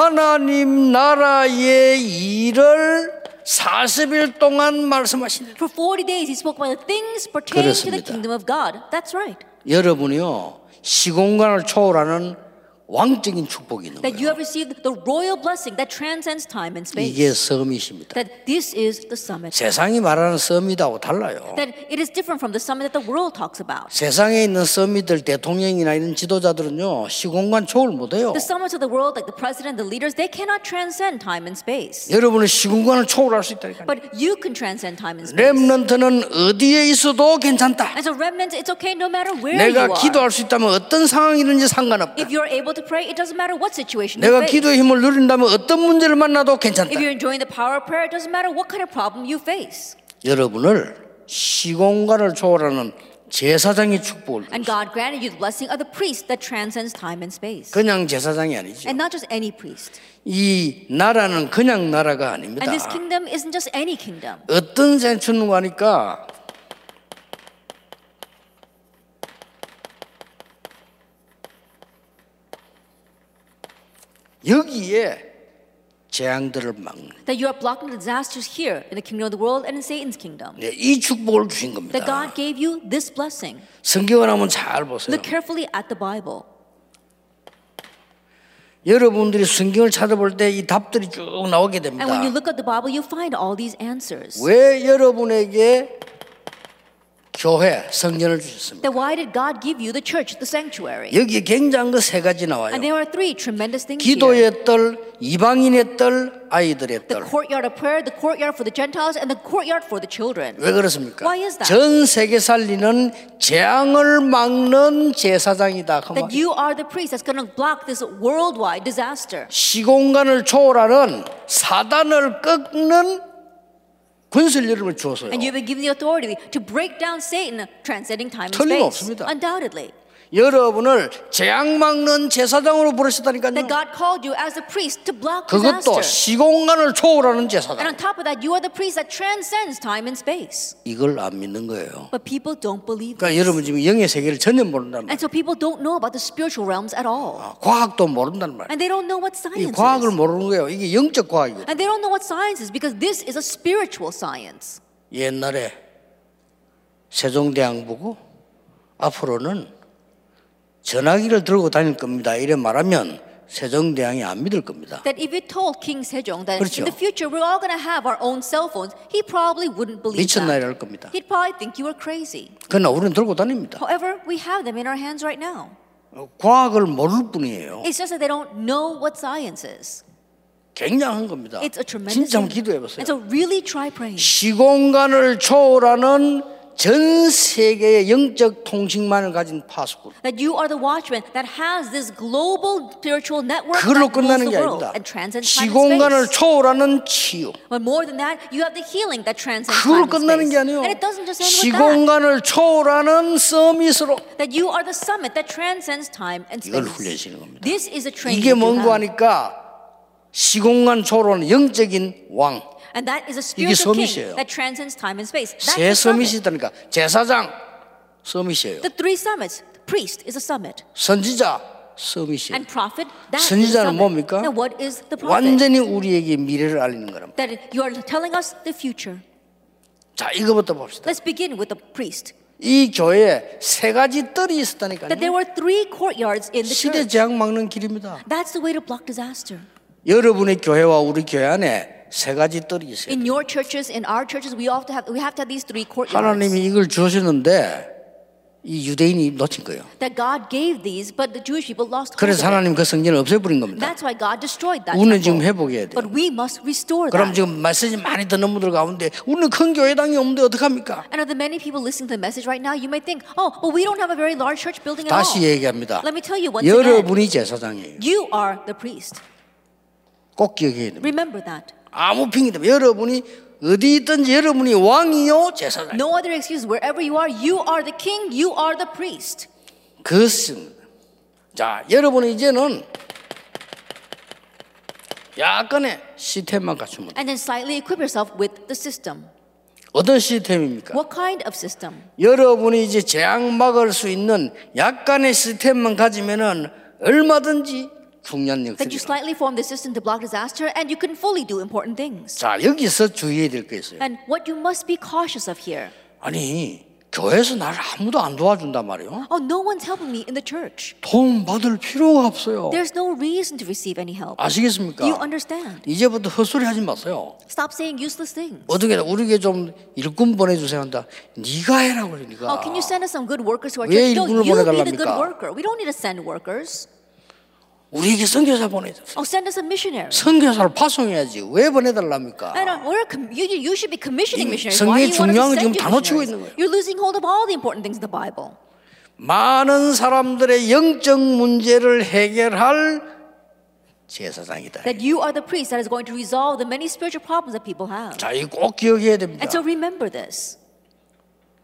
[SPEAKER 1] 하나님 나라의 일을 40일 동안 말씀하시네.
[SPEAKER 2] For 40 days, he spoke about the things pertaining to the
[SPEAKER 1] 그렇습니다.
[SPEAKER 2] kingdom of God. That's right.
[SPEAKER 1] 여러분이요. 시공간을 초월하는 왕적인 축복이 있는
[SPEAKER 2] That
[SPEAKER 1] 거예요.
[SPEAKER 2] you have received the royal blessing that transcends time and space.
[SPEAKER 1] 이게 섬이십니다.
[SPEAKER 2] That this is the summit.
[SPEAKER 1] 세상이 말하는 섬이다고 달라요.
[SPEAKER 2] That it is different from the summit that the world talks about.
[SPEAKER 1] 세상에 있는 섬이들 대통령이나 이런 지도자들은요. 시공간 초월 못해요.
[SPEAKER 2] The summits of the world, like the president, the leaders, they cannot transcend time and space.
[SPEAKER 1] 여러분은 시공간을 초월할 수 있다니까요.
[SPEAKER 2] But you can transcend time and space.
[SPEAKER 1] 렘넌트는 어디에 있어도 괜찮다.
[SPEAKER 2] And so, remnants, it's okay no matter where you
[SPEAKER 1] 내가
[SPEAKER 2] are.
[SPEAKER 1] 기도할 수 있다면 어떤 상황이든지 상관없다.
[SPEAKER 2] If you're able to pray, it doesn't matter what situation you
[SPEAKER 1] 내가
[SPEAKER 2] face.
[SPEAKER 1] 기도의 힘을 누린다면 어떤 문제를 만나도 괜찮다.
[SPEAKER 2] If you're enjoying the power of prayer, it doesn't matter what kind of problem you face.
[SPEAKER 1] 여러분을 시공간을 초월하는 제사장의 축복을
[SPEAKER 2] And God granted you the blessing of the priest that transcends time and space.
[SPEAKER 1] 그냥 제사장이 아니죠.
[SPEAKER 2] And not just any priest.
[SPEAKER 1] 이 나라는 그냥 나라가 아닙니다.
[SPEAKER 2] And this kingdom isn't just any kingdom.
[SPEAKER 1] 어떤 센츄누가 하니까 여기에 재앙들을 막는
[SPEAKER 2] that you are blocking the disasters here in the kingdom of the world and in Satan's kingdom.
[SPEAKER 1] 네, 이 축복을 주신 겁니다.
[SPEAKER 2] That God gave you this blessing.
[SPEAKER 1] 성경을 한번 잘 보세요.
[SPEAKER 2] Look carefully at the Bible.
[SPEAKER 1] 여러분들이 성경을 찾아볼 때 이 답들이 쭉 나오게
[SPEAKER 2] And when
[SPEAKER 1] 됩니다.
[SPEAKER 2] you look at the Bible, you find all these answers.
[SPEAKER 1] 왜 여러분에게 교회 성전을 주셨습니까?
[SPEAKER 2] That why did God give you the church, the sanctuary?
[SPEAKER 1] 여기 굉장한 거그 세 가지 나와요.
[SPEAKER 2] And there are three tremendous things
[SPEAKER 1] 예.
[SPEAKER 2] here.
[SPEAKER 1] 기도의 뜰, 이방인의 뜰, 아이들의
[SPEAKER 2] The
[SPEAKER 1] 뜰.
[SPEAKER 2] courtyard of prayer, the courtyard for the Gentiles, and the courtyard for the children.
[SPEAKER 1] 왜 그렇습니까?
[SPEAKER 2] Why is that?
[SPEAKER 1] 전 세계 살리는 재앙을 막는 제사장이다. 그
[SPEAKER 2] That
[SPEAKER 1] 말.
[SPEAKER 2] you are the priest that's going to block this worldwide disaster.
[SPEAKER 1] 시공간을 초월하는 사단을 꺾는 군술 이름을 주었어요.
[SPEAKER 2] And you've been given the authority to break down Satan, transcending time and space.
[SPEAKER 1] 틀림없습니다.
[SPEAKER 2] Undoubtedly.
[SPEAKER 1] 여러분을 재앙 막는 제사장으로 부르셨다니까요.
[SPEAKER 2] That God called you as a priest to block
[SPEAKER 1] 그것도
[SPEAKER 2] disaster.
[SPEAKER 1] 시공간을 초월하는
[SPEAKER 2] And
[SPEAKER 1] 제사장.
[SPEAKER 2] on top of that, you are the priest that transcends time and space.
[SPEAKER 1] 이걸 안 믿는 거예요.
[SPEAKER 2] But people don't believe
[SPEAKER 1] 그러니까
[SPEAKER 2] this.
[SPEAKER 1] 여러분 지금 영의 세계를 전혀 모른다는 말이에요.
[SPEAKER 2] And so people don't know about the spiritual realms at all.
[SPEAKER 1] 과학도 모른다는 말이에요.
[SPEAKER 2] And they don't know
[SPEAKER 1] 이
[SPEAKER 2] what science
[SPEAKER 1] 과학을
[SPEAKER 2] is.
[SPEAKER 1] 모르는 거예요. 이게 영적 과학이고.
[SPEAKER 2] And they don't know what science is because this is a spiritual science.
[SPEAKER 1] 옛날에 세종대왕부고 앞으로는 전화기를 들고 다닐 겁니다. 이래 말하면 세종대왕이 안 믿을 겁니다.
[SPEAKER 2] That if it told King Sejong that
[SPEAKER 1] 그렇죠.
[SPEAKER 2] in the future we're all going to have our own cell phones, he probably wouldn't believe
[SPEAKER 1] 미쳤나
[SPEAKER 2] that.
[SPEAKER 1] 이럴 겁니다.
[SPEAKER 2] He'd probably think you were crazy.
[SPEAKER 1] 그러나 우리는 들고 다닙니다.
[SPEAKER 2] However, we have them in our hands right now.
[SPEAKER 1] 과학을 모를 뿐이에요.
[SPEAKER 2] It's just that they don't know what science is.
[SPEAKER 1] 굉장한 겁니다.
[SPEAKER 2] It's a tremendous.
[SPEAKER 1] 진짜 한번
[SPEAKER 2] thing.
[SPEAKER 1] 기도해 보세요.
[SPEAKER 2] And so really try praying.
[SPEAKER 1] 시공간을 초월하는 전 세계의 영적 통신만을 가진 파수꾼.
[SPEAKER 2] That you are the watchman that has this global spiritual network
[SPEAKER 1] 그걸로
[SPEAKER 2] that rules
[SPEAKER 1] 끝나는
[SPEAKER 2] the
[SPEAKER 1] 게
[SPEAKER 2] world
[SPEAKER 1] 아닙니다.
[SPEAKER 2] and transcends time and
[SPEAKER 1] 시공간을
[SPEAKER 2] space.
[SPEAKER 1] 초월하는 치유.
[SPEAKER 2] But more than that, you have the healing that transcends
[SPEAKER 1] 그걸로
[SPEAKER 2] time and
[SPEAKER 1] 끝나는
[SPEAKER 2] space.
[SPEAKER 1] 게 아니에요.
[SPEAKER 2] And it doesn't just end with
[SPEAKER 1] 시공간을 초월하는 서밋으로
[SPEAKER 2] that. That you are the summit that transcends time and
[SPEAKER 1] 이걸
[SPEAKER 2] space.
[SPEAKER 1] 훈련시키는 겁니다.
[SPEAKER 2] This is a training.
[SPEAKER 1] 이게
[SPEAKER 2] that you
[SPEAKER 1] 뭔고
[SPEAKER 2] have.
[SPEAKER 1] 하니까 시공간 초월하는 영적인 왕.
[SPEAKER 2] And that is a spiritual
[SPEAKER 1] 섬이세요.
[SPEAKER 2] king that transcends time and space. That's
[SPEAKER 1] 세
[SPEAKER 2] the
[SPEAKER 1] 서밋이
[SPEAKER 2] summit.
[SPEAKER 1] 있다니까. 제사장 서밋이에요.
[SPEAKER 2] The three summits. Priest is a summit.
[SPEAKER 1] 선지자 서밋이에요.
[SPEAKER 2] And prophet, that is a
[SPEAKER 1] 선지자는
[SPEAKER 2] summit.
[SPEAKER 1] 뭡니까?
[SPEAKER 2] Now what is the prophet?
[SPEAKER 1] 완전히 우리에게 미래를 알리는 거랍니다.
[SPEAKER 2] That you are telling us the future.
[SPEAKER 1] 자, 이거부터 봅시다.
[SPEAKER 2] Let's begin with the priest.
[SPEAKER 1] 이 교회에 세 가지 뜰이
[SPEAKER 2] That there
[SPEAKER 1] 있었다니까요.
[SPEAKER 2] were three courtyards in the
[SPEAKER 1] 시대
[SPEAKER 2] church.
[SPEAKER 1] 재앙 막는 길입니다.
[SPEAKER 2] That's the way to block disaster.
[SPEAKER 1] 여러분의 교회와 우리 교회 안에 세 가지 뜰이 있어요.
[SPEAKER 2] In your churches, in our churches, we often have we have to have these three courtyards.
[SPEAKER 1] 하나님이 이걸 주셨는데 이 유대인이 놓친 거예요.
[SPEAKER 2] That God gave these, but the Jewish people lost hold
[SPEAKER 1] 그래서
[SPEAKER 2] of it.
[SPEAKER 1] 하나님 그 성전을 없애버린 겁니다.
[SPEAKER 2] That's why God destroyed that.
[SPEAKER 1] 우리는
[SPEAKER 2] temple.
[SPEAKER 1] 지금 회복해야 돼요.
[SPEAKER 2] But we must restore
[SPEAKER 1] 그럼
[SPEAKER 2] that.
[SPEAKER 1] 지금 말씀이 많이 듣는 분들 가운데 우리는 큰 교회당이 없는데 어떡합니까?
[SPEAKER 2] And of the many people listening to the message right now, you may think, oh, well, we don't have a very large church building at
[SPEAKER 1] 다시
[SPEAKER 2] all.
[SPEAKER 1] 얘기합니다.
[SPEAKER 2] Let me tell you once again.
[SPEAKER 1] 여러분이 제사장이에요.
[SPEAKER 2] You are the priest.
[SPEAKER 1] 꼭 기억해야 됩니다.
[SPEAKER 2] Remember that.
[SPEAKER 1] 아무 핑계 대면 여러분이 어디 있든지 여러분이 왕이요 제사장.
[SPEAKER 2] No other excuse. Wherever you are, you are the king, you are the priest.
[SPEAKER 1] 그렇습니다. 자, 여러분은 이제는 약간의 시스템만 갖추면 돼요.
[SPEAKER 2] And then slightly equip yourself with the system.
[SPEAKER 1] 어떤 시스템입니까?
[SPEAKER 2] What kind of system?
[SPEAKER 1] 여러분이 이제 재앙 막을 수 있는 약간의 시스템만 가지면은 얼마든지 중요한
[SPEAKER 2] That
[SPEAKER 1] 역할이
[SPEAKER 2] you
[SPEAKER 1] 니다
[SPEAKER 2] slightly form the system to block disaster and you can fully do important things.
[SPEAKER 1] 자 여기서 주의해야 될 게 있어요.
[SPEAKER 2] And what you must be cautious of here.
[SPEAKER 1] 아니 교회에서 나를 아무도 안 도와준단 말이에요.
[SPEAKER 2] Oh, no one's helping me in the church.
[SPEAKER 1] 도움 받을 필요가 없어요.
[SPEAKER 2] There's no reason to receive any help. You
[SPEAKER 1] 아시겠습니까?
[SPEAKER 2] understand.
[SPEAKER 1] 이제부터 헛소리 하지 마세요.
[SPEAKER 2] Stop saying useless things.
[SPEAKER 1] 어떻게 해라, 우리에게 좀 일꾼 보내주세요 한다. 네가 해라고 그래
[SPEAKER 2] Oh,
[SPEAKER 1] 네가.
[SPEAKER 2] can you send us some good workers to our
[SPEAKER 1] 왜
[SPEAKER 2] church? No,
[SPEAKER 1] 일꾼을
[SPEAKER 2] you be the
[SPEAKER 1] 보내달랍니까?
[SPEAKER 2] good worker. We don't need to send workers.
[SPEAKER 1] 우리에게 선교사 보내주세요.
[SPEAKER 2] Oh, send us a missionary.
[SPEAKER 1] 선교사를 파송해야지 왜 보내달랍니까?
[SPEAKER 2] I know, we're com- you, you should be commissioning
[SPEAKER 1] 이
[SPEAKER 2] missionaries. Why do you
[SPEAKER 1] 성경의
[SPEAKER 2] want
[SPEAKER 1] 중요한 걸
[SPEAKER 2] us
[SPEAKER 1] 지금
[SPEAKER 2] to send
[SPEAKER 1] 다
[SPEAKER 2] you
[SPEAKER 1] 놓치고 있는 거예요.
[SPEAKER 2] missionaries? You're losing hold of all the important things in the Bible.
[SPEAKER 1] 많은 사람들의 영적 문제를 해결할 제사장이다.
[SPEAKER 2] That you are the priest that is going to resolve the many spiritual problems that people have.
[SPEAKER 1] 자, 이거 꼭 기억해야 됩니다.
[SPEAKER 2] And so remember this.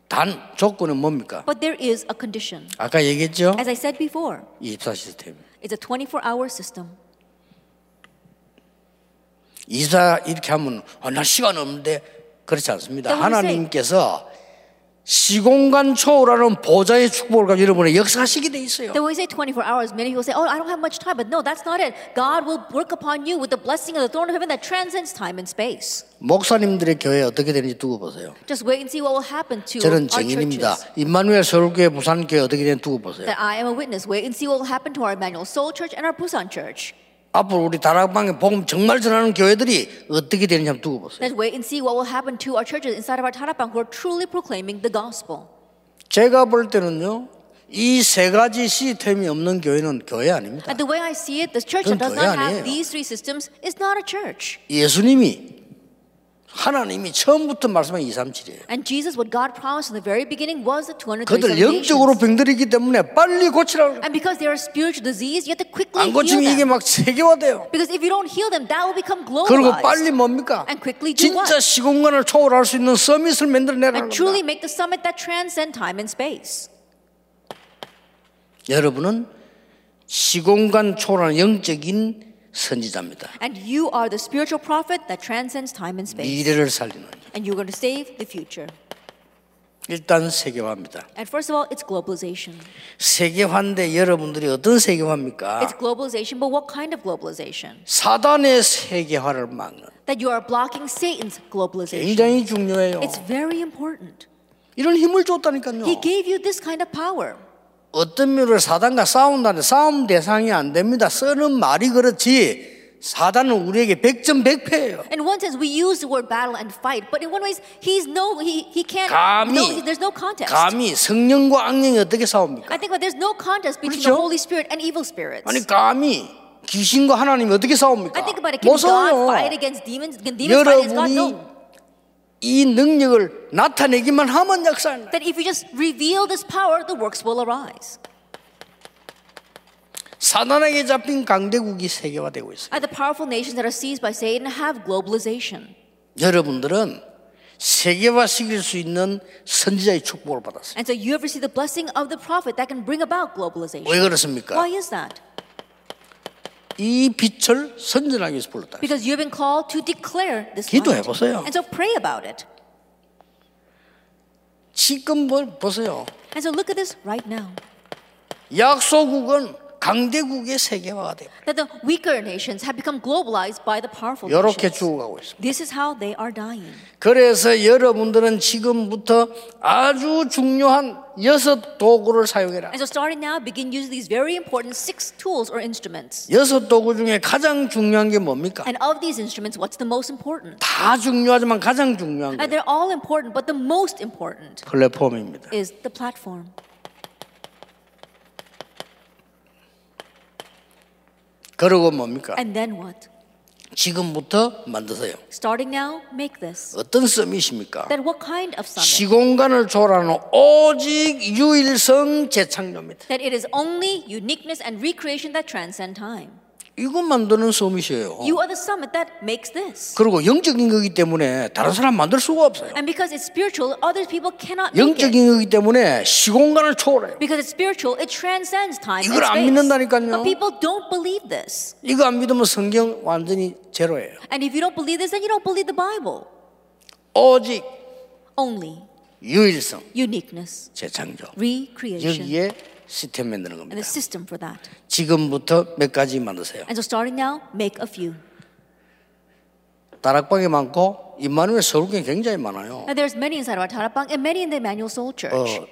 [SPEAKER 1] 단 조건은 뭡니까?
[SPEAKER 2] But there is a condition.
[SPEAKER 1] 아까 얘기했죠?
[SPEAKER 2] As I 사id before,
[SPEAKER 1] 24 시스템.
[SPEAKER 2] it's a 24 hour system.
[SPEAKER 1] 24 이렇게 하면 아, 나 시간 없는데 그렇지 않습니다.
[SPEAKER 2] Don't say-
[SPEAKER 1] 하나님께서 시공간 초월하는 보좌의 축복을 가지고 여러분의 역사하시게 돼 있어요.
[SPEAKER 2] Then when we say 24 hours, many people say, oh, I don't have much time. But no, that's not it. God will work upon you with the blessing of the throne of heaven that transcends time and space.
[SPEAKER 1] 목사님들의 교회 어떻게 되는지 두고 보세요.
[SPEAKER 2] Just wait and see what will happen to
[SPEAKER 1] 저는
[SPEAKER 2] our
[SPEAKER 1] 증인입니다.
[SPEAKER 2] 아, churches.
[SPEAKER 1] 임마누엘 서울교회 부산교회 어떻게 되는지 두고 보세요.
[SPEAKER 2] That I am a witness. Wait and see what will happen to our Emmanuel Soul Church and our Busan Church.
[SPEAKER 1] 앞으로 우리 다락방에 복음 정말 전하는 교회들이 어떻게 되는지 한번 두고 보세요.
[SPEAKER 2] Let's wait and see what will happen to our churches inside of our Tarapang who are truly proclaiming the gospel.
[SPEAKER 1] 제가 볼 때는요. 이 세 가지 시스템이 없는 교회는 교회 아닙니다.
[SPEAKER 2] And the way I see it, the church
[SPEAKER 1] 그건
[SPEAKER 2] that does
[SPEAKER 1] 교회
[SPEAKER 2] not
[SPEAKER 1] 아니에요.
[SPEAKER 2] have these three systems is not a church.
[SPEAKER 1] 예수님이 하나님이 처음부터 말씀한 2, 3, 7이에요.
[SPEAKER 2] And Jesus, what God promised in the very beginning was the
[SPEAKER 1] 그들
[SPEAKER 2] 237
[SPEAKER 1] 영적으로
[SPEAKER 2] nations.
[SPEAKER 1] 병들이기 때문에 빨리 고치라고.
[SPEAKER 2] And because they are spiritual disease, you have to quickly
[SPEAKER 1] 안
[SPEAKER 2] heal
[SPEAKER 1] 고치면 이게
[SPEAKER 2] them.
[SPEAKER 1] 막 세계화돼요.
[SPEAKER 2] Because if you don't heal them, that will become
[SPEAKER 1] 그리고
[SPEAKER 2] globalized.
[SPEAKER 1] 빨리 뭡니까?
[SPEAKER 2] And 어, quickly do
[SPEAKER 1] 진짜
[SPEAKER 2] what?
[SPEAKER 1] 시공간을 초월할 수 있는 서밋을 만들어내라는
[SPEAKER 2] And
[SPEAKER 1] 겁니다.
[SPEAKER 2] truly make the summit that transcend time and space.
[SPEAKER 1] 여러분은 시공간 초월한 영적인 선지자입니다.
[SPEAKER 2] And you are the spiritual prophet that transcends time and space.
[SPEAKER 1] 미래를 살리는
[SPEAKER 2] And you're going to save the future.
[SPEAKER 1] 일단 세계화입니다.
[SPEAKER 2] And first of all, it's globalization.
[SPEAKER 1] 세계화인데 여러분들이 어떤 세계화입니까?
[SPEAKER 2] It's globalization, but what kind of globalization?
[SPEAKER 1] 사단의 세계화를 막는
[SPEAKER 2] That you are blocking Satan's globalization.
[SPEAKER 1] 굉장히 중요해요.
[SPEAKER 2] It's very important.
[SPEAKER 1] 이런 힘을 줬다니까요.
[SPEAKER 2] He gave you this kind of power.
[SPEAKER 1] 어떤 면으로 사단과 싸운다는 싸움 대상이 안 됩니다. 쓰는 말이 그렇지 사단은 우리에게 100점 100패예요.
[SPEAKER 2] In one sense, we use the word battle and fight, but in one ways, he's no, he, he can't.
[SPEAKER 1] 감히
[SPEAKER 2] No, there's no contest.
[SPEAKER 1] 감히 성령과 악령이 어떻게 싸웁니까?
[SPEAKER 2] I think that there's no contest between
[SPEAKER 1] 그렇죠?
[SPEAKER 2] the Holy Spirit and evil spirits.
[SPEAKER 1] 아니 감히 귀신과 하나님이 어떻게
[SPEAKER 2] I
[SPEAKER 1] 싸웁니까?
[SPEAKER 2] think about it. Can
[SPEAKER 1] 못
[SPEAKER 2] God
[SPEAKER 1] 싸워요.
[SPEAKER 2] fight against demons? Can demons fight against
[SPEAKER 1] 여러분이
[SPEAKER 2] God? No.
[SPEAKER 1] 이 능력을 나타내기만 하면 역사입니다.
[SPEAKER 2] That if you just reveal this power, the works will arise.
[SPEAKER 1] 사단에게 잡힌 강대국이 세계화되고 있어요.
[SPEAKER 2] And the powerful nations that are seized by Satan have globalization.
[SPEAKER 1] 여러분들은 세계화 시킬 수 있는 선지자의 축복을 받았어요.
[SPEAKER 2] And so you have received the blessing of the prophet that can bring about globalization.
[SPEAKER 1] 왜 그렇습니까?
[SPEAKER 2] Why is that?
[SPEAKER 1] 이 빛을 선전하기 위해서 불렀다.
[SPEAKER 2] Because you've been called to declare this
[SPEAKER 1] 기도해
[SPEAKER 2] light.
[SPEAKER 1] 보세요.
[SPEAKER 2] And so pray about it.
[SPEAKER 1] 지금 보- 보세요.
[SPEAKER 2] And so look at this right now.
[SPEAKER 1] 약소국은 강대국의 세계화가 돼요.
[SPEAKER 2] That the weaker nations have become globalized by the powerful
[SPEAKER 1] 이렇게
[SPEAKER 2] nations.
[SPEAKER 1] 죽어가고 있습니다.
[SPEAKER 2] This is how they are dying.
[SPEAKER 1] 그래서 여러분들은 지금부터 아주 중요한 여섯 도구를 사용해라.
[SPEAKER 2] And so starting now, begin using these very important six tools or instruments.
[SPEAKER 1] 여섯 도구 중에 가장 중요한 게 뭡니까?
[SPEAKER 2] And of these instruments, what's the most important?
[SPEAKER 1] 다 중요하지만 가장 중요한 게
[SPEAKER 2] And they're all important, but the most important
[SPEAKER 1] 플랫폼입니다.
[SPEAKER 2] is the platform.
[SPEAKER 1] 그리고 뭡니까?
[SPEAKER 2] And then what?
[SPEAKER 1] 지금부터 만드세요.
[SPEAKER 2] Starting now, make this.
[SPEAKER 1] 어떤 썸이십니까?
[SPEAKER 2] Then what kind of summit?
[SPEAKER 1] 시공간을 초월하는 오직 유일성 재창조입니다.
[SPEAKER 2] That it is only uniqueness and recreation that transcend time.
[SPEAKER 1] 이것 만드는 썸이셔요.
[SPEAKER 2] You are the summit that makes this.
[SPEAKER 1] 그리고 영적인 거기 때문에 다른 사람 만들 수가 없어요.
[SPEAKER 2] And because it's spiritual, other people cannot make it.
[SPEAKER 1] 영적인 거기 때문에 시공간을 초월해요.
[SPEAKER 2] Because it's spiritual, it transcends time and
[SPEAKER 1] 이걸 안 믿는다니까요.
[SPEAKER 2] space. But people don't believe this.
[SPEAKER 1] 이거 안 믿으면 성경 완전히 제로예요.
[SPEAKER 2] And if you don't believe this, then you don't believe the Bible.
[SPEAKER 1] 오직
[SPEAKER 2] Only
[SPEAKER 1] 유일성
[SPEAKER 2] uniqueness,
[SPEAKER 1] 재창조.
[SPEAKER 2] recreation,
[SPEAKER 1] 여기에 시스템 만드는
[SPEAKER 2] and
[SPEAKER 1] 겁니다.
[SPEAKER 2] the system for that.
[SPEAKER 1] 지금부터 몇 가지 만드세요.
[SPEAKER 2] And so starting now, make a few.
[SPEAKER 1] 다락방이 많고 임마누엘 서울교회 굉장히 많아요.
[SPEAKER 2] And there's many inside of our Tarapang and many in the Emmanuel Soul Church.
[SPEAKER 1] 어,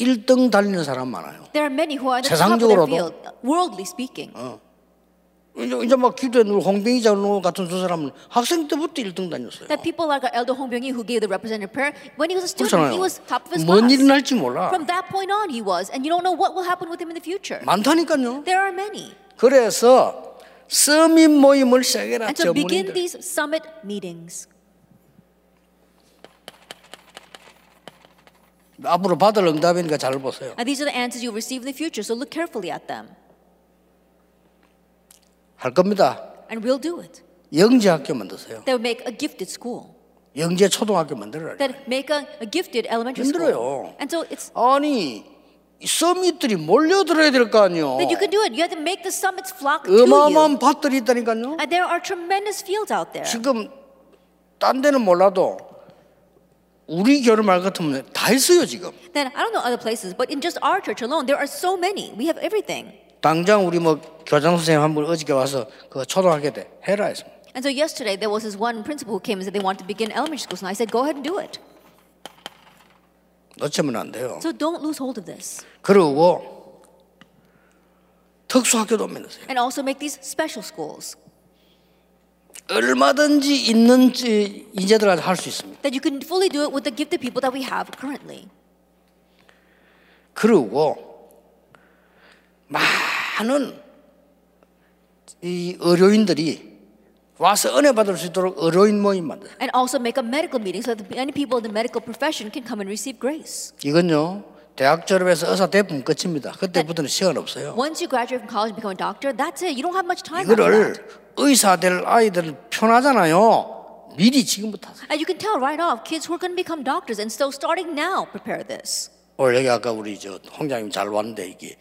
[SPEAKER 1] 1등 달리는 사람 많아요.
[SPEAKER 2] There are many who are at the top of their
[SPEAKER 1] 세상적으로도.
[SPEAKER 2] field, worldly speaking.
[SPEAKER 1] Oh. 이제, 이제 막 기도에 누 홍뱅이 장로 같은 두 사람은 학생 때부터 1등 다녔어요.
[SPEAKER 2] That people like our elder Hong Byung-hee who gave the representative prayer, when he was a student,
[SPEAKER 1] 그렇잖아요.
[SPEAKER 2] he was top of his
[SPEAKER 1] 뭔 일이
[SPEAKER 2] class.
[SPEAKER 1] 날지 몰라.
[SPEAKER 2] From that point on, he was, and you don't know what will happen with him in the future.
[SPEAKER 1] 많다니까요.
[SPEAKER 2] There are many.
[SPEAKER 1] 그래서 서민 모임을 시작해라.
[SPEAKER 2] And so begin
[SPEAKER 1] 전문인들.
[SPEAKER 2] these summit meetings.
[SPEAKER 1] 앞으로 받을 응답이니까 잘 보세요.
[SPEAKER 2] And these are the answers you'll receive in the future, so look carefully at them.
[SPEAKER 1] 할 겁니다.
[SPEAKER 2] And we'll do it.
[SPEAKER 1] 영재 학교 만드세요.
[SPEAKER 2] That would make a gifted school.
[SPEAKER 1] 영재 초등학교 만들어라.
[SPEAKER 2] That make a, a gifted elementary school.
[SPEAKER 1] 힘들어요.
[SPEAKER 2] And so it's
[SPEAKER 1] 아니 이 서밋들이 몰려들어야 될 거 아니요.
[SPEAKER 2] that you can do it. You have to make the summits flock to you.
[SPEAKER 1] 어마어마한 밭들이 있다니까요.
[SPEAKER 2] And 예. there are tremendous fields out there.
[SPEAKER 1] 지금 딴 데는 몰라도 우리 교회 말 같으면 다 했어요 지금.
[SPEAKER 2] Then I don't know other places, but in just our church alone, there are so many. We have everything.
[SPEAKER 1] 당장 우리 뭐 교장 선생님 한 분 어저께 와서 그 초등학교 때 해라 했어.
[SPEAKER 2] And so yesterday, there was this one principal who came and said they wanted to begin elementary schools, and I said, go ahead and do it.
[SPEAKER 1] 놓치면 안 돼요.
[SPEAKER 2] So don't lose hold of this.
[SPEAKER 1] 그러고 특수학교도 만드세요.
[SPEAKER 2] And also make these special schools
[SPEAKER 1] 얼마든지 있는 지- 인재들한테 할 수 있습니다.
[SPEAKER 2] that you can fully do it with the gifted people that we have currently.
[SPEAKER 1] 그러고 많은 이 의료인들이 와서 은혜 받을 수 있도록 의료인 모임 만드세요.
[SPEAKER 2] And also make a medical meeting so that many people in the medical profession can come and receive grace.
[SPEAKER 1] 이건요 대학 졸업해서 의사 대부분 끝입니다. 그때부터는 시간 네. 없어요.
[SPEAKER 2] Once you graduate from college and become a doctor, that's it. You don't have much time after
[SPEAKER 1] 이거를
[SPEAKER 2] that.
[SPEAKER 1] 의사 될 아이들은 편하잖아요. 미리 지금부터 하세요.
[SPEAKER 2] And you can tell right off, kids who are going to become doctors, and so starting now, prepare this.
[SPEAKER 1] 오늘 여기 아까 우리 저 홍장님 잘 왔는데 이게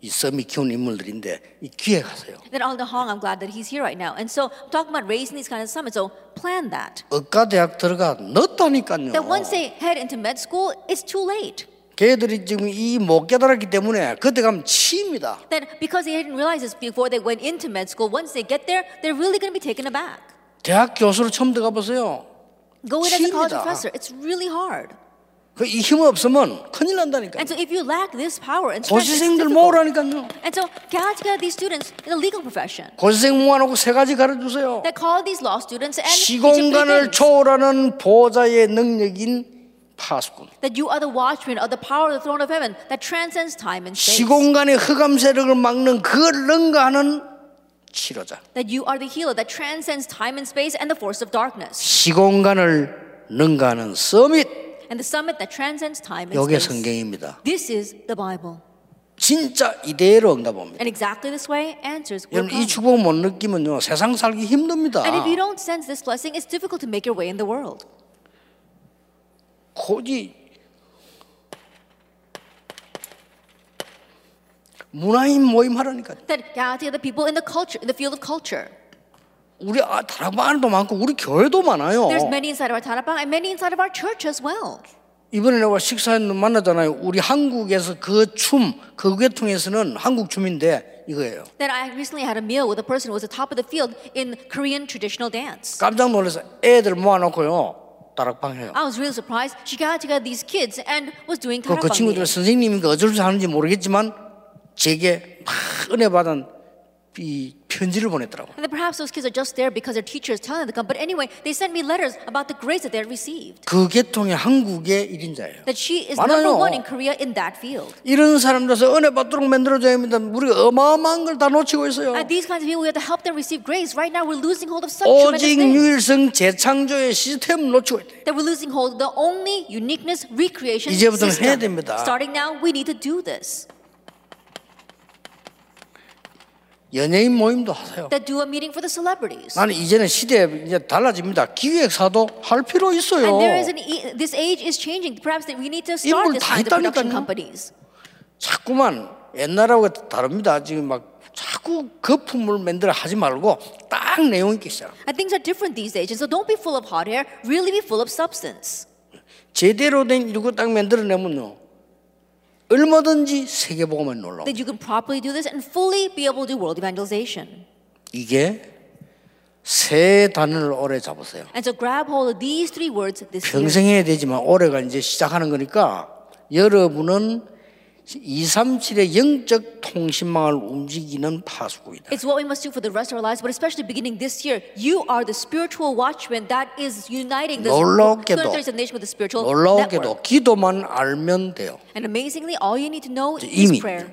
[SPEAKER 1] 이 썸이 키운 인물들인데 이 기획하세요.
[SPEAKER 2] Then Alda Hong, I'm glad that he's here right now. And so talking about raising these kind of summits, so plan that.
[SPEAKER 1] 의과 대학 들어가 넣었다니까요.
[SPEAKER 2] That once they head into med school, it's too late.
[SPEAKER 1] 걔들이 지금 이 못 깨달았기 때문에 그때 가면 치입니다.
[SPEAKER 2] That because they didn't realize this before they went into med school, once they get there, they're really going to be taken aback.
[SPEAKER 1] 대학 교수로 처음 들어가 보세요.
[SPEAKER 2] Go in as a college
[SPEAKER 1] Chimney-da.
[SPEAKER 2] professor, it's really hard.
[SPEAKER 1] 그 이 힘 없으면 큰일 난다니까요.
[SPEAKER 2] And so if you lack this power and strength, it's
[SPEAKER 1] 고시생들
[SPEAKER 2] difficult.
[SPEAKER 1] 모으라니까요.
[SPEAKER 2] And so gather together these students in the legal profession.
[SPEAKER 1] 고시생 모아놓고 세 가지 가르쳐주세요.
[SPEAKER 2] That call these law students and teach them three
[SPEAKER 1] 시공간을
[SPEAKER 2] things.
[SPEAKER 1] 초월하는 보좌의 능력인 파수꾼.
[SPEAKER 2] that you are the watchman of the power of the throne of heaven that transcends time and space.
[SPEAKER 1] 시공간의 흑암 세력을 막는 그걸 능가하는 치료자.
[SPEAKER 2] that you are the healer that transcends time and space and the force of darkness.
[SPEAKER 1] 시공간을 능가하는 서밋.
[SPEAKER 2] And the summit that transcends time and
[SPEAKER 1] 요게
[SPEAKER 2] space.
[SPEAKER 1] 성경입니다.
[SPEAKER 2] This is the Bible.
[SPEAKER 1] 진짜 이대로 응답합니다.
[SPEAKER 2] And exactly this way, answers will
[SPEAKER 1] 여러분 이
[SPEAKER 2] come.
[SPEAKER 1] 축복 못 느끼면요 세상 살기 힘듭니다.
[SPEAKER 2] And if you don't sense this blessing, it's difficult to make your way in the world.
[SPEAKER 1] 거기 문화인 모임 하라니까.
[SPEAKER 2] That gather together people in the culture, in the field of culture.
[SPEAKER 1] 우리 아- 다락방 안도 많고 우리 교회도 많아요.
[SPEAKER 2] There's many inside of our Tanapang and many inside of our church as well.
[SPEAKER 1] 이번에 내가 식사했는데 만나잖아요. 우리 한국에서 그 춤, 그 계통에서는 한국 춤인데 이거예요.
[SPEAKER 2] That I recently had a meal with a person who was at the top of the field in Korean traditional dance.
[SPEAKER 1] 깜짝 놀라서 애들 모아놓고요. 다락방 해요.
[SPEAKER 2] I was really surprised. She gathered together these kids and was doing
[SPEAKER 1] 그, 그
[SPEAKER 2] Tanapang
[SPEAKER 1] 친구들 선생님인가 어쩔 수 하는지 모르겠지만 제게 막 은혜 받은 이 편지를 보냈더라고요.
[SPEAKER 2] And then perhaps those kids are just there because their teachers tell them to come. But anyway, they sent me letters about the grace that they had received.
[SPEAKER 1] 그 계통의 한국의 일인자예요.
[SPEAKER 2] That she is
[SPEAKER 1] 많아요.
[SPEAKER 2] number one in Korea in that field.
[SPEAKER 1] 이런 사람들에서 은혜 받도록 만들어줘야 합니다. 우리가 어마어마한 걸 다 놓치고 있어요.
[SPEAKER 2] And these kinds of people, we have to help them receive grace. Right now, we're losing hold of such tremendous
[SPEAKER 1] 오직
[SPEAKER 2] things.
[SPEAKER 1] 유일성 재창조의 시스템을 놓치고 있대요.
[SPEAKER 2] That we're losing hold of the only uniqueness recreation
[SPEAKER 1] 이제부터는 해야
[SPEAKER 2] system.
[SPEAKER 1] 됩니다.
[SPEAKER 2] Starting now, we need to do this.
[SPEAKER 1] 연예인 모임도 하세요.
[SPEAKER 2] That do a meeting for the celebrities.
[SPEAKER 1] 나는 이제는 시대 이제 달라집니다. 기획사도 할 필요 있어요.
[SPEAKER 2] And there is an e- this age is changing. Perhaps that we need to
[SPEAKER 1] 인물
[SPEAKER 2] start this
[SPEAKER 1] 다
[SPEAKER 2] kind of
[SPEAKER 1] 있다니까요.
[SPEAKER 2] production companies.
[SPEAKER 1] 자꾸만 옛날하고 다릅니다. 지금 막 자꾸 거품을 만들어 하지 말고 딱 내용 있게 시작.
[SPEAKER 2] And things are different these days. And so don't be full of hot air. Really be full of substance.
[SPEAKER 1] 제대로 된 일구 딱 만들어내면요. 얼마든지 세계복음에 놀라.
[SPEAKER 2] that you can properly do this and fully be able to do world evangelization.
[SPEAKER 1] 이게 세 단을 오래 잡으세요.
[SPEAKER 2] And so grab hold of these three words this year.
[SPEAKER 1] 평생 해야 되지만 올해가 이제 시작하는 거니까 여러분은 237의 영적 통신망을 움직이는 파수구이다.
[SPEAKER 2] It's what we must do for the rest of our lives, but especially beginning this year, you are the spiritual watchman that is uniting this
[SPEAKER 1] 놀랍게도,
[SPEAKER 2] 237 nation with the
[SPEAKER 1] 어,
[SPEAKER 2] spiritual network.
[SPEAKER 1] 놀라우게도 뭐, 기도만 알면 돼요.
[SPEAKER 2] And amazingly, all you need to know is
[SPEAKER 1] 이미
[SPEAKER 2] prayer.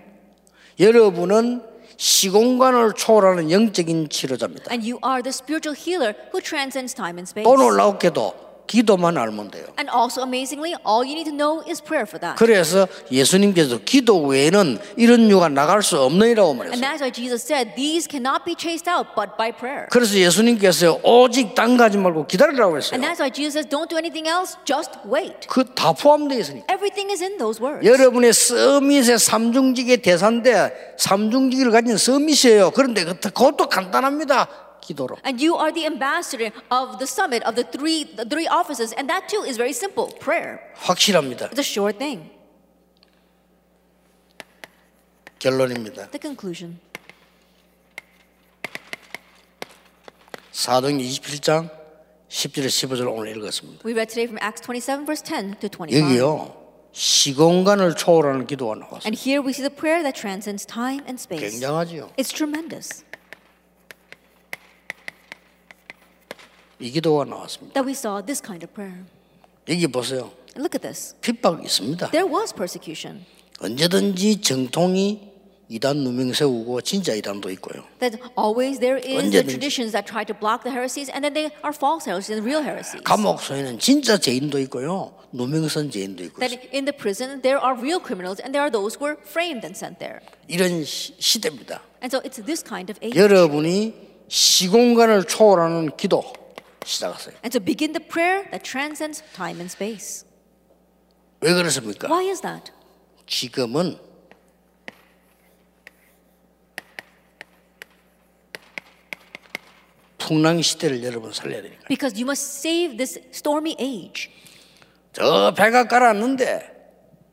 [SPEAKER 1] 여러분은 시공간을 초월하는 영적인 치료자입니다.
[SPEAKER 2] And you are the spiritual healer who transcends time and space.
[SPEAKER 1] 또 놀라우게도 기도만 알면 돼요.
[SPEAKER 2] And also amazingly, all you need to know is prayer for that.
[SPEAKER 1] 그래서 예수님께서 기도 외에는 이런 유가 아, 나갈 수 없느니라고 말했어요.
[SPEAKER 2] And that's why Jesus said, these cannot be chased out but by prayer.
[SPEAKER 1] 그래서 예수님께서 오직 땅가지 말고 기다리라고
[SPEAKER 2] And
[SPEAKER 1] 했어요.
[SPEAKER 2] that's why Jesus says, don't do anything else, just wait.
[SPEAKER 1] 그 다 포함되어 있으니까.
[SPEAKER 2] Everything is in those words.
[SPEAKER 1] 여러분의 서밋의 삼중직의 대사인데 삼중직을 가진 서밋이에요. 그런데 그것도- 그것도 간단합니다. 기도로.
[SPEAKER 2] And you are the ambassador of the summit of the three, the three offices. And that too is very simple prayer.
[SPEAKER 1] 확실합니다.
[SPEAKER 2] It's a sure thing.
[SPEAKER 1] 결론입니다.
[SPEAKER 2] The conclusion.
[SPEAKER 1] 사도행 21장 10절에 15절 오늘 읽었습니다.
[SPEAKER 2] We read today from Acts 27, verse 10 to 25.
[SPEAKER 1] 여기요. 시공간을 초월하는 기도가 나왔어요.
[SPEAKER 2] And here we see the prayer that transcends time and space.
[SPEAKER 1] 굉장하지요.
[SPEAKER 2] It's tremendous
[SPEAKER 1] 이 기도가 나왔습니다.
[SPEAKER 2] that we saw this kind of prayer.
[SPEAKER 1] 여기 보세요.
[SPEAKER 2] And look at this.
[SPEAKER 1] 핍박이 있습니다.
[SPEAKER 2] There was persecution.
[SPEAKER 1] 언제든지 정통이 이단 누명 세우고 진짜 이단도 있고요.
[SPEAKER 2] That always there is the
[SPEAKER 1] 언제든지.
[SPEAKER 2] traditions that try to block the heresies, and then they are false heresies and real heresies.
[SPEAKER 1] 감옥 소에는 진짜 죄인도 있고요. 누명선 죄인도 있고요.
[SPEAKER 2] That in the prison there are real criminals, and there are those who were framed and sent there.
[SPEAKER 1] 이런 시, 시대입니다.
[SPEAKER 2] And so it's this kind of age.
[SPEAKER 1] 여러분이 시공간을 초월하는 기도 시작하세요.
[SPEAKER 2] And so begin the prayer that transcends time and space.
[SPEAKER 1] 왜 그렇습니까?
[SPEAKER 2] Why is that?
[SPEAKER 1] 지금은 풍랑 시대를 여러분 살려야 되니까.
[SPEAKER 2] Because you must save this stormy age.
[SPEAKER 1] 저 배가 가라앉는데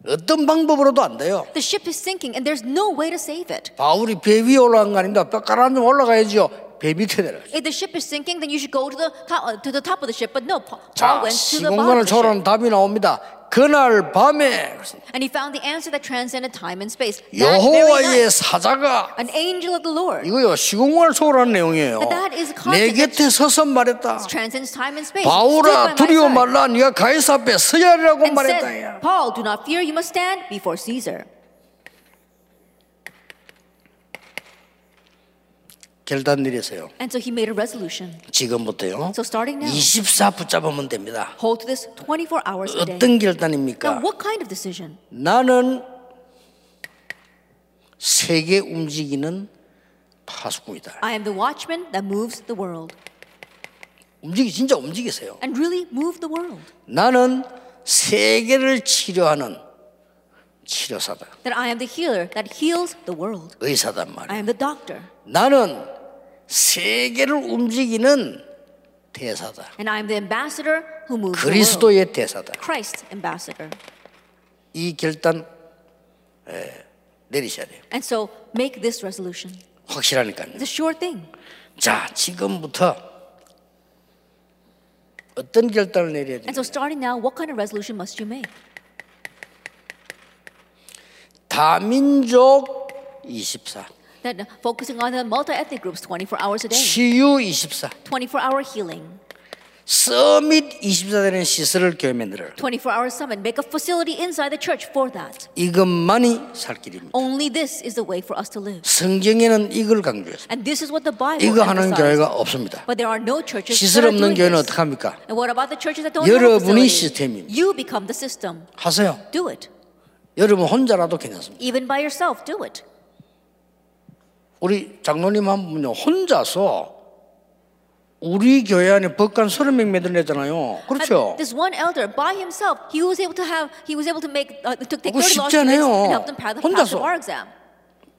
[SPEAKER 1] 어떤 방법으로도 안 돼요.
[SPEAKER 2] The ship is sinking, and there's no way to save it.
[SPEAKER 1] 바울이 배 위에 올라간 거 아닙니다. 배 가라앉으면 올라가야지요. 배 밑에 내려.
[SPEAKER 2] If the ship is sinking, then you should go to the top, uh, to the top of the ship. But no, Paul, Paul
[SPEAKER 1] 자,
[SPEAKER 2] went to the bottom
[SPEAKER 1] 시공간을
[SPEAKER 2] of the ship,
[SPEAKER 1] 초월하는 답이 나옵니다. 그날 밤에
[SPEAKER 2] and he found the answer that transcended time and space. That very night,
[SPEAKER 1] 여호와의 사자가
[SPEAKER 2] an angel of the Lord
[SPEAKER 1] 이거요 시공간을 초월한 내용이에요.
[SPEAKER 2] But that is context.
[SPEAKER 1] 내 곁에 서서 말했다.
[SPEAKER 2] transcends time and space.
[SPEAKER 1] 바울아
[SPEAKER 2] stood by my
[SPEAKER 1] 두려워
[SPEAKER 2] side
[SPEAKER 1] 말라 네가 가이사 앞에 서야 하라고
[SPEAKER 2] and
[SPEAKER 1] 말했다.
[SPEAKER 2] said, Paul, do not fear. You must stand before Caesar.
[SPEAKER 1] 결단 내리세요.
[SPEAKER 2] And so he made a resolution.
[SPEAKER 1] 지금부터요.
[SPEAKER 2] So starting now,
[SPEAKER 1] 24 붙잡으면 됩니다.
[SPEAKER 2] hold to this 24 hours a day.
[SPEAKER 1] 어떤
[SPEAKER 2] 네. Now,
[SPEAKER 1] 결단입니까?
[SPEAKER 2] what kind of decision?
[SPEAKER 1] 나는 세계 움직이는 파수꾼이다.
[SPEAKER 2] I am the watchman that moves the world,
[SPEAKER 1] 움직이 진짜 움직이세요.
[SPEAKER 2] and really move the world.
[SPEAKER 1] 나는 세계를 치료하는 치료사다.
[SPEAKER 2] That I am the healer that heals the world.
[SPEAKER 1] 의사단
[SPEAKER 2] I
[SPEAKER 1] 말이야.
[SPEAKER 2] am the doctor,
[SPEAKER 1] 나는 세계를 움직이는 대사다.
[SPEAKER 2] and I am the ambassador who moves the world.
[SPEAKER 1] 그리스도의 대사다.
[SPEAKER 2] Christ ambassador.
[SPEAKER 1] 이 결단 예, 내리셔야 돼요.
[SPEAKER 2] And so make this resolution.
[SPEAKER 1] 확실하니까요.
[SPEAKER 2] It's a sure thing.
[SPEAKER 1] 자, 지금부터 어떤 결단을 내려야 돼요?
[SPEAKER 2] And so starting now, what kind of resolution must you make?
[SPEAKER 1] 다민족 24,
[SPEAKER 2] That focusing on the multi-ethnic groups 24 hours
[SPEAKER 1] 네.
[SPEAKER 2] a day,
[SPEAKER 1] 치유 24,
[SPEAKER 2] 24-hour healing,
[SPEAKER 1] 서밋 24 되는 시설을 교회 만들어요.
[SPEAKER 2] 24-hour summit, make a facility inside the church for that.
[SPEAKER 1] 이것만이 살 길입니다.
[SPEAKER 2] Only this is the way for us to live.
[SPEAKER 1] 성경에는 이걸 강조했어요.
[SPEAKER 2] And this is what the Bible
[SPEAKER 1] 이거 하는
[SPEAKER 2] emphasizes.
[SPEAKER 1] 교회가 없습니다.
[SPEAKER 2] But there are no churches that
[SPEAKER 1] 시설
[SPEAKER 2] are
[SPEAKER 1] 없는 어, 네,
[SPEAKER 2] doing
[SPEAKER 1] 교회는
[SPEAKER 2] this.
[SPEAKER 1] 어떡합니까?
[SPEAKER 2] And what about the churches that don't have a
[SPEAKER 1] 여러분이
[SPEAKER 2] facility?
[SPEAKER 1] 시스템입니다.
[SPEAKER 2] You become the system.
[SPEAKER 1] 하세요.
[SPEAKER 2] Do it.
[SPEAKER 1] 여러분 혼자라도 괜찮습니다.
[SPEAKER 2] Even by yourself, do it.
[SPEAKER 1] 우리 장로님 한 분요 혼자서 우리 교회 안에 법관 30명 만들어냈잖아요. 그렇죠?
[SPEAKER 2] And This one elder by himself, he was able to have, he was able to make, uh, to take
[SPEAKER 1] 그거
[SPEAKER 2] 30 law
[SPEAKER 1] 쉽지
[SPEAKER 2] students
[SPEAKER 1] 않아요.
[SPEAKER 2] and help them pass the, pass the
[SPEAKER 1] 혼자서.
[SPEAKER 2] bar exam.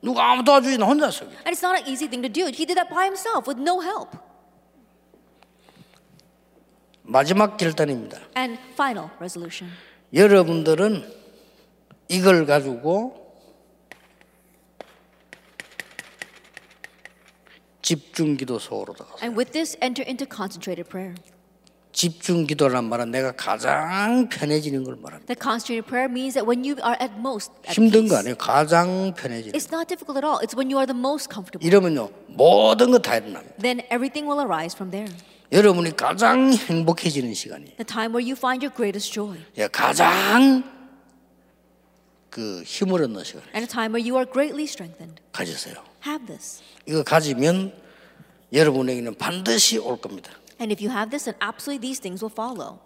[SPEAKER 1] 누가 아무도 와주지는 혼자서.
[SPEAKER 2] And it's not an easy thing to do. He did that by himself with no help.
[SPEAKER 1] 마지막 결단입니다.
[SPEAKER 2] And final resolution.
[SPEAKER 1] 여러분들은 이걸 가지고 집중 기도 소홀로 들어가.
[SPEAKER 2] And with this, enter into concentrated prayer.
[SPEAKER 1] 집중 기도란 말은 내가 가장 편해지는 걸 말합니다.
[SPEAKER 2] The concentrated prayer means that when you are at most at
[SPEAKER 1] 힘든 거
[SPEAKER 2] peace,
[SPEAKER 1] 아니에요. 네. 가장 편해지는.
[SPEAKER 2] it's not difficult at all. It's when you are the most comfortable.
[SPEAKER 1] 이러면요. 모든 거 다 일어납니다.
[SPEAKER 2] Then everything will arise from there.
[SPEAKER 1] 여러분이 가장 행복해지는 시간이에요.
[SPEAKER 2] The time where you find your greatest joy.
[SPEAKER 1] 예, 가장 그 힘을 얻는 시간
[SPEAKER 2] And a time where you are greatly strengthened.
[SPEAKER 1] 가지세요.
[SPEAKER 2] Have this.
[SPEAKER 1] 이거 가지면 여러분에게는 반드시 올 겁니다.
[SPEAKER 2] And if you have this, then absolutely these things will follow.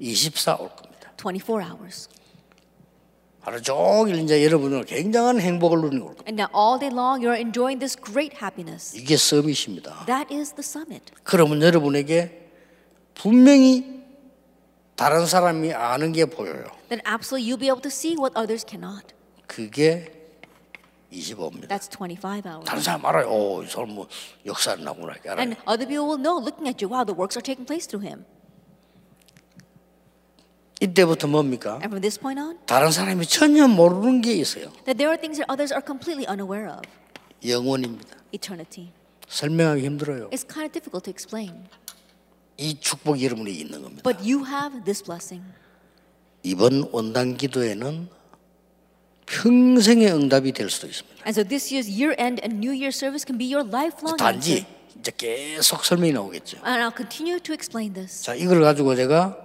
[SPEAKER 1] 24 올 겁니다.
[SPEAKER 2] 24 hours.
[SPEAKER 1] 하루 종일 이제 여러분은 굉장한 행복을 누리고 올 겁니다.
[SPEAKER 2] And now all day long you're enjoying this great happiness.
[SPEAKER 1] 이게 서밋입니다.
[SPEAKER 2] That is the summit.
[SPEAKER 1] 그러면 여러분에게 분명히 다른 사람이 아는 게 보여요.
[SPEAKER 2] Then absolutely you'll be able to see what others cannot.
[SPEAKER 1] 그게 25입니다.
[SPEAKER 2] That's 25 hours.
[SPEAKER 1] 다른 사람 알아요. 오, 이 사람 뭐 역사를 나구나 이렇게 알아요.
[SPEAKER 2] And other people will know looking at you, wow, the works are taking place through him.
[SPEAKER 1] 이때부터 뭡니까?
[SPEAKER 2] And from this point on,
[SPEAKER 1] 다른 사람이 전혀 모르는 게 있어요.
[SPEAKER 2] that there are things that others are completely unaware of.
[SPEAKER 1] 영혼입니다.
[SPEAKER 2] Eternity.
[SPEAKER 1] 설명하기 힘들어요.
[SPEAKER 2] It's kind of difficult to explain.
[SPEAKER 1] 이 축복이 여러분에 있는 겁니다.
[SPEAKER 2] But you have this blessing.
[SPEAKER 1] 이번 원당 기도에는 평생의 응답이 될 수도 있습니다.
[SPEAKER 2] And so this year's year end and New Year service can be your lifelong
[SPEAKER 1] 단지
[SPEAKER 2] answer.
[SPEAKER 1] 이제 계속 설명이 나오겠죠.
[SPEAKER 2] And I'll continue to explain this.
[SPEAKER 1] 자, 이걸 가지고 제가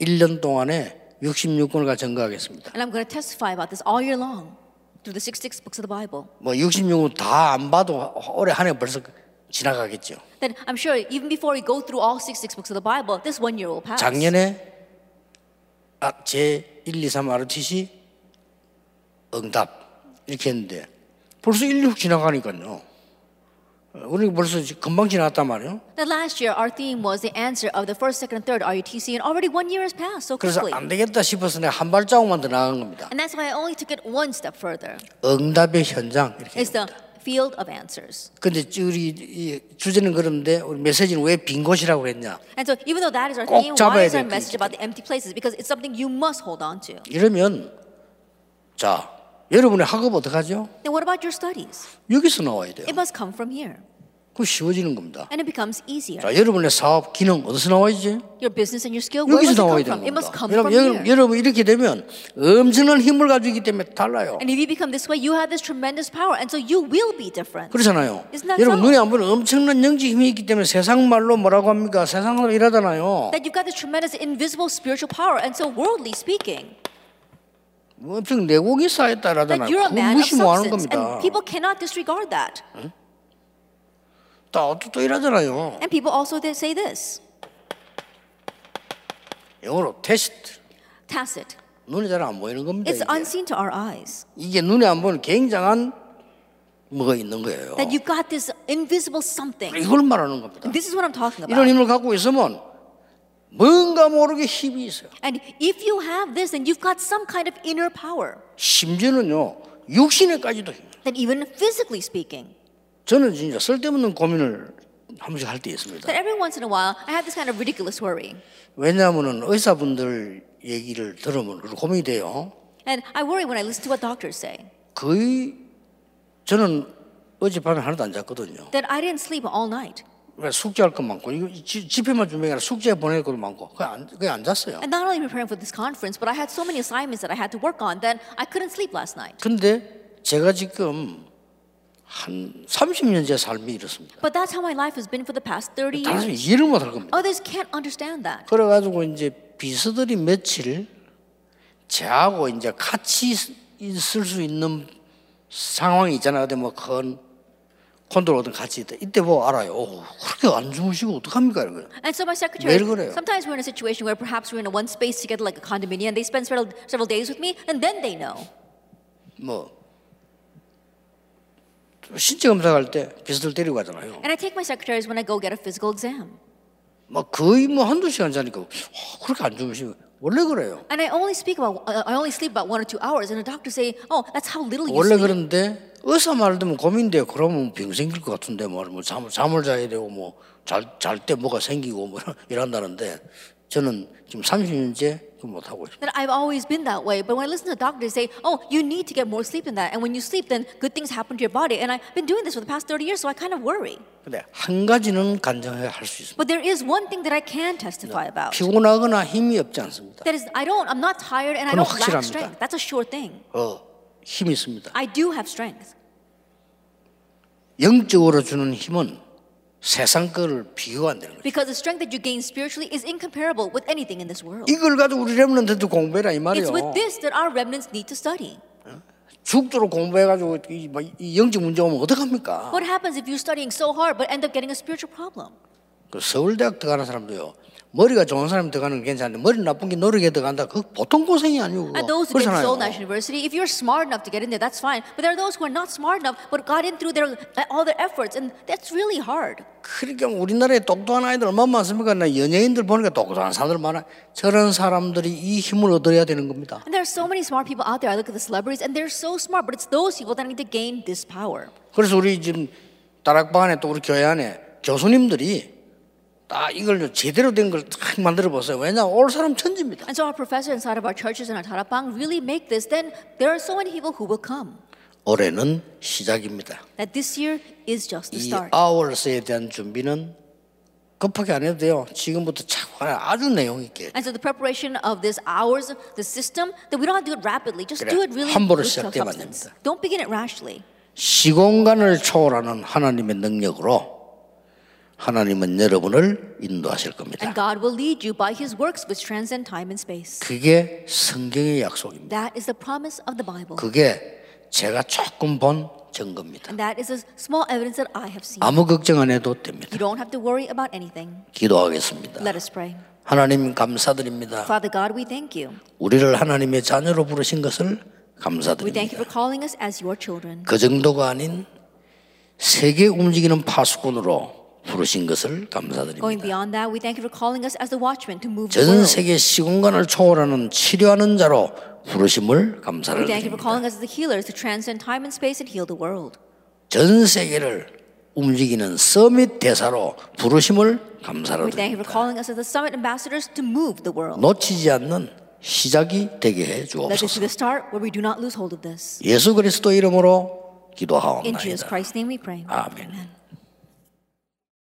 [SPEAKER 1] 1년 동안에 66권을 전가하겠습니다.
[SPEAKER 2] And I'm going to testify about this all year long through the 66 books of the Bible.
[SPEAKER 1] 뭐 66권 다 안 봐도 올해 한 해 벌써 지나가겠죠.
[SPEAKER 2] Then I'm sure even before we go through all 66 books of the Bible, this one year will pass.
[SPEAKER 1] 작년에 아, 제 1, 2, 3 RTC 응답 이렇게 했는데 벌써 16 지나가니까요. 우리 벌써 지- 금방 지나갔단 말이에요.
[SPEAKER 2] That last year, our theme was the answer of the first, second, and third RUTC, and already one year has passed so
[SPEAKER 1] 그래서
[SPEAKER 2] quickly.
[SPEAKER 1] 안 되겠다 싶어서 내가 한 발자국만 더 나간 겁니다.
[SPEAKER 2] And that's why I only took it one step further.
[SPEAKER 1] 응답의 현장 이렇게.
[SPEAKER 2] It's the field of answers.
[SPEAKER 1] 근데 우리 이 주제는 그런데 우리 메시지는 왜 빈 곳이라고 했냐?
[SPEAKER 2] And so, even though that is our
[SPEAKER 1] 꼭
[SPEAKER 2] theme, why is
[SPEAKER 1] 잡아야
[SPEAKER 2] our
[SPEAKER 1] 돼요,
[SPEAKER 2] message about the empty places? Because it's something you must hold on to.
[SPEAKER 1] 이러면 자 여러분의 학업 어떡하죠?
[SPEAKER 2] Then, what about your studies?
[SPEAKER 1] 여기서 나와야 돼요.
[SPEAKER 2] It must come from here,
[SPEAKER 1] 그 쉬워지는 겁니다.
[SPEAKER 2] and it becomes easier.
[SPEAKER 1] 자 여러분의 사업 기능 어디서 나와야지?
[SPEAKER 2] Your business and your skill,
[SPEAKER 1] 어,
[SPEAKER 2] where
[SPEAKER 1] 여기서
[SPEAKER 2] must it
[SPEAKER 1] 나와야
[SPEAKER 2] come
[SPEAKER 1] 되는
[SPEAKER 2] from? It must
[SPEAKER 1] 겁니다.
[SPEAKER 2] come from
[SPEAKER 1] 여러분, 여러분,
[SPEAKER 2] here.
[SPEAKER 1] 여러분 이렇게 되면 엄청난 힘을 가지고 있기 때문에 달라요.
[SPEAKER 2] And if you become this way, you have this tremendous power, and so you will be different.
[SPEAKER 1] 그렇잖아요.
[SPEAKER 2] Isn't that
[SPEAKER 1] 여러분
[SPEAKER 2] so?
[SPEAKER 1] 눈에 안 보는 엄청난 영적 힘이 있기 때문에 세상 말로 뭐라고 합니까? 세상으로 일하잖아요.
[SPEAKER 2] That you've got this tremendous invisible spiritual power, and so worldly speaking,
[SPEAKER 1] 엄청 내공이 쌓였다라잖아요.
[SPEAKER 2] that you're a
[SPEAKER 1] 그거
[SPEAKER 2] man of
[SPEAKER 1] 무시 뭐하는
[SPEAKER 2] substance,
[SPEAKER 1] 겁니다.
[SPEAKER 2] and people cannot disregard that.
[SPEAKER 1] 또또 일하잖아요.
[SPEAKER 2] And people also they say this
[SPEAKER 1] 영어로 테스트.
[SPEAKER 2] tacit.
[SPEAKER 1] 눈에 잘 안 보이는 겁니다.
[SPEAKER 2] It's
[SPEAKER 1] 이게.
[SPEAKER 2] unseen to our eyes.
[SPEAKER 1] 이게 눈에 안 보는 굉장한 뭐가 있는 거예요.
[SPEAKER 2] That you've got this invisible something.
[SPEAKER 1] 이걸 말하는 겁니다.
[SPEAKER 2] This is what I'm talking
[SPEAKER 1] 이런
[SPEAKER 2] about.
[SPEAKER 1] 힘을 갖고 있으면 뭔가 모르게 힘이 있어요.
[SPEAKER 2] And if you have this, then you've got some kind of inner power.
[SPEAKER 1] 심지어는요 육신에까지도 힘.
[SPEAKER 2] Then even physically speaking,
[SPEAKER 1] 저는 진짜 쓸데없는 고민을 한 번씩 할 때 있습니다.
[SPEAKER 2] that every once in a while I have this kind of ridiculous worry.
[SPEAKER 1] 왜냐하면은 의사분들 얘기를 들으면 그런 고민이 돼요.
[SPEAKER 2] And I worry when I listen to what doctors say.
[SPEAKER 1] 거의 저는 어젯밤에 하나도 안 잤거든요.
[SPEAKER 2] That I didn't sleep all night.
[SPEAKER 1] 왜 숙제할 것 많고 이거 지- 집회만 준비가 아니라 숙제 보낼 것도 많고 그냥 안, 그냥 안 잤어요.
[SPEAKER 2] And not only preparing for this conference, but I had so many assignments that I had to work on that I couldn't sleep last night.
[SPEAKER 1] 근데 제가 지금 한 30년째 삶이 이렇습니다.
[SPEAKER 2] But that's how my life has been for the past 30
[SPEAKER 1] 다른 사람이
[SPEAKER 2] years.
[SPEAKER 1] 이해를 못 할 겁니다.
[SPEAKER 2] Others can't understand that.
[SPEAKER 1] 그래가지고 이제 비서들이 며칠 제하고 이제 같이 있- 있을 수 있는 상황이 있잖아요. 어디 뭐큰 콘돌 오든 같이 있다. 이때 뭐 알아요. 오, 그렇게 안 주무시고 어떡합니까? 이거요.
[SPEAKER 2] And so my secretary,
[SPEAKER 1] 매일 그래요.
[SPEAKER 2] sometimes we're in a situation where perhaps we're in a one space together like a condominium, and they spend several, several days with me, and then they know.
[SPEAKER 1] 뭐 신체 검사 갈 때 비서들 데리고 가잖아요.
[SPEAKER 2] And I take my secretaries when I go get a physical exam.
[SPEAKER 1] 막 거의 뭐 한두 시간 자니까 아, 그렇게 안 주무시고 원래 그래요.
[SPEAKER 2] And I only speak about, I I only sleep about one or two hours, and the doctors say, oh, that's how little you
[SPEAKER 1] 원래
[SPEAKER 2] sleep.
[SPEAKER 1] 그런데 의사 말 듣면 고민돼요. 그러면 병 생길 것 같은데 뭐, 뭐 잠, 잠을 자야 되고 뭐 잘 잘 때 뭐가 생기고 뭐 이런다는데 저는 지금 30년째 못 하고 있어요.
[SPEAKER 2] That I've always been that way. But when I listen to the doctor, they say, oh, you need to get more sleep than that. And when you sleep, then good things happen to your body. And I've been doing this for the past 30 years, so I kind of worry.
[SPEAKER 1] 근데 한 가지는 간증해야 할 수 있습니다.
[SPEAKER 2] But there is one thing that I can testify about.
[SPEAKER 1] 피곤하거나 힘이 없지 않습니다.
[SPEAKER 2] That is, I don't, I'm not tired and I
[SPEAKER 1] 그건
[SPEAKER 2] don't lack
[SPEAKER 1] 확실합니다.
[SPEAKER 2] strength. That's a sure thing.
[SPEAKER 1] 어, 힘이 있습니다.
[SPEAKER 2] I do have strength.
[SPEAKER 1] 영적으로 주는 힘은 세상 거를 비교가 안 되는 거예요.
[SPEAKER 2] Because the strength that you gain spiritually is incomparable with anything in this world.
[SPEAKER 1] 이걸 가지고 우리 렘넌트도 공부해라 이
[SPEAKER 2] It's
[SPEAKER 1] 말이에요.
[SPEAKER 2] with this that our remnants need to study.
[SPEAKER 1] 죽도록 공부해가지고 이, 뭐이 영적 문제 오면 어떡합니까?
[SPEAKER 2] What happens if you're studying so hard but end up getting a spiritual problem?
[SPEAKER 1] 그 서울대학 들어가는 사람도요. 머리가 좋은 사람이 들어가는 건 괜찮은데 머리 나쁜 게 노력에 들어간다. 그 보통 고생이 아니고
[SPEAKER 2] And those who get
[SPEAKER 1] 그렇잖아요.
[SPEAKER 2] Seoul National University, if you're smart enough to get in there, that's fine. But there are those who are not smart enough, but got in through their uh, all their efforts, and that's really hard.
[SPEAKER 1] 그러니까 우리나라에 똑똑한 아이들 얼마나 많습니까? 나 연예인들 보니까 똑똑한 사람들 많아. 저런 사람들이 이 힘을 얻어야 되는 겁니다.
[SPEAKER 2] And there are so many smart people out there. I look at the celebrities, and they're so smart, but it's those people that need to gain this power.
[SPEAKER 1] 그래서 우리 지금 다락방 안에 또 우리 교회 안에 교수님들이 다 이걸 제대로 된 걸 딱 만들어 보세요. 왜냐 올 사람 천지입니다.
[SPEAKER 2] And so our professors inside of our churches and our tarapang really make this. Then there are so many people who will come.
[SPEAKER 1] 올해는 시작입니다.
[SPEAKER 2] That this year is just the
[SPEAKER 1] 이
[SPEAKER 2] start.
[SPEAKER 1] 아월스에 대한 준비는 급하게 안 해도 돼요. 지금부터 차곡 아주 내용 있게.
[SPEAKER 2] And so the preparation of this hours, the system, that we don't have to do it rapidly. Just
[SPEAKER 1] 그래,
[SPEAKER 2] do it really
[SPEAKER 1] 함부로
[SPEAKER 2] with
[SPEAKER 1] 시작되면 안
[SPEAKER 2] substance.
[SPEAKER 1] 됩니다.
[SPEAKER 2] Don't begin it rashly.
[SPEAKER 1] 시공간을 초월하는 하나님의 능력으로 하나님은 여러분을 인도하실 겁니다.
[SPEAKER 2] And God will lead you by his works which transcend time and space.
[SPEAKER 1] 그게 성경의 약속입니다.
[SPEAKER 2] That is the promise of the Bible.
[SPEAKER 1] 그게 제가 조금 본 증거입니다.
[SPEAKER 2] And that is a small evidence that I have seen.
[SPEAKER 1] 아무 걱정 안 해도 됩니다.
[SPEAKER 2] You don't have to worry about anything.
[SPEAKER 1] 기도하겠습니다.
[SPEAKER 2] Let us pray.
[SPEAKER 1] 하나님 감사드립니다.
[SPEAKER 2] Father God, we thank you.
[SPEAKER 1] 우리를 하나님의 자녀로 부르신 것을
[SPEAKER 2] We thank
[SPEAKER 1] 감사드립니다.
[SPEAKER 2] you for calling us as your children.
[SPEAKER 1] 그 정도가 아닌 세계 움직이는 파수꾼으로 부르신 것을
[SPEAKER 2] Going
[SPEAKER 1] 감사드립니다.
[SPEAKER 2] beyond that, we thank you for calling us as the watchmen to move the
[SPEAKER 1] 전
[SPEAKER 2] world.
[SPEAKER 1] 세계 시공간을 초월하는 치료하는 자로 부르심을 감사를
[SPEAKER 2] We thank you
[SPEAKER 1] 드립니다.
[SPEAKER 2] for calling us as the healers to transcend time and space and heal the world.
[SPEAKER 1] 전 세계를 움직이는 서밋 대사로 부르심을 감사를
[SPEAKER 2] We thank you
[SPEAKER 1] 드립니다.
[SPEAKER 2] for calling us as the summit ambassadors to move the world.
[SPEAKER 1] 놓치지 않는 시작이 되게 해
[SPEAKER 2] Let this
[SPEAKER 1] 주옵소서.
[SPEAKER 2] be the start where we do not lose hold of this.
[SPEAKER 1] 예수 그리스도 이름으로
[SPEAKER 2] In Jesus
[SPEAKER 1] 기도하옵나이다.
[SPEAKER 2] Christ's name we pray.
[SPEAKER 1] 아멘.
[SPEAKER 2] Amen.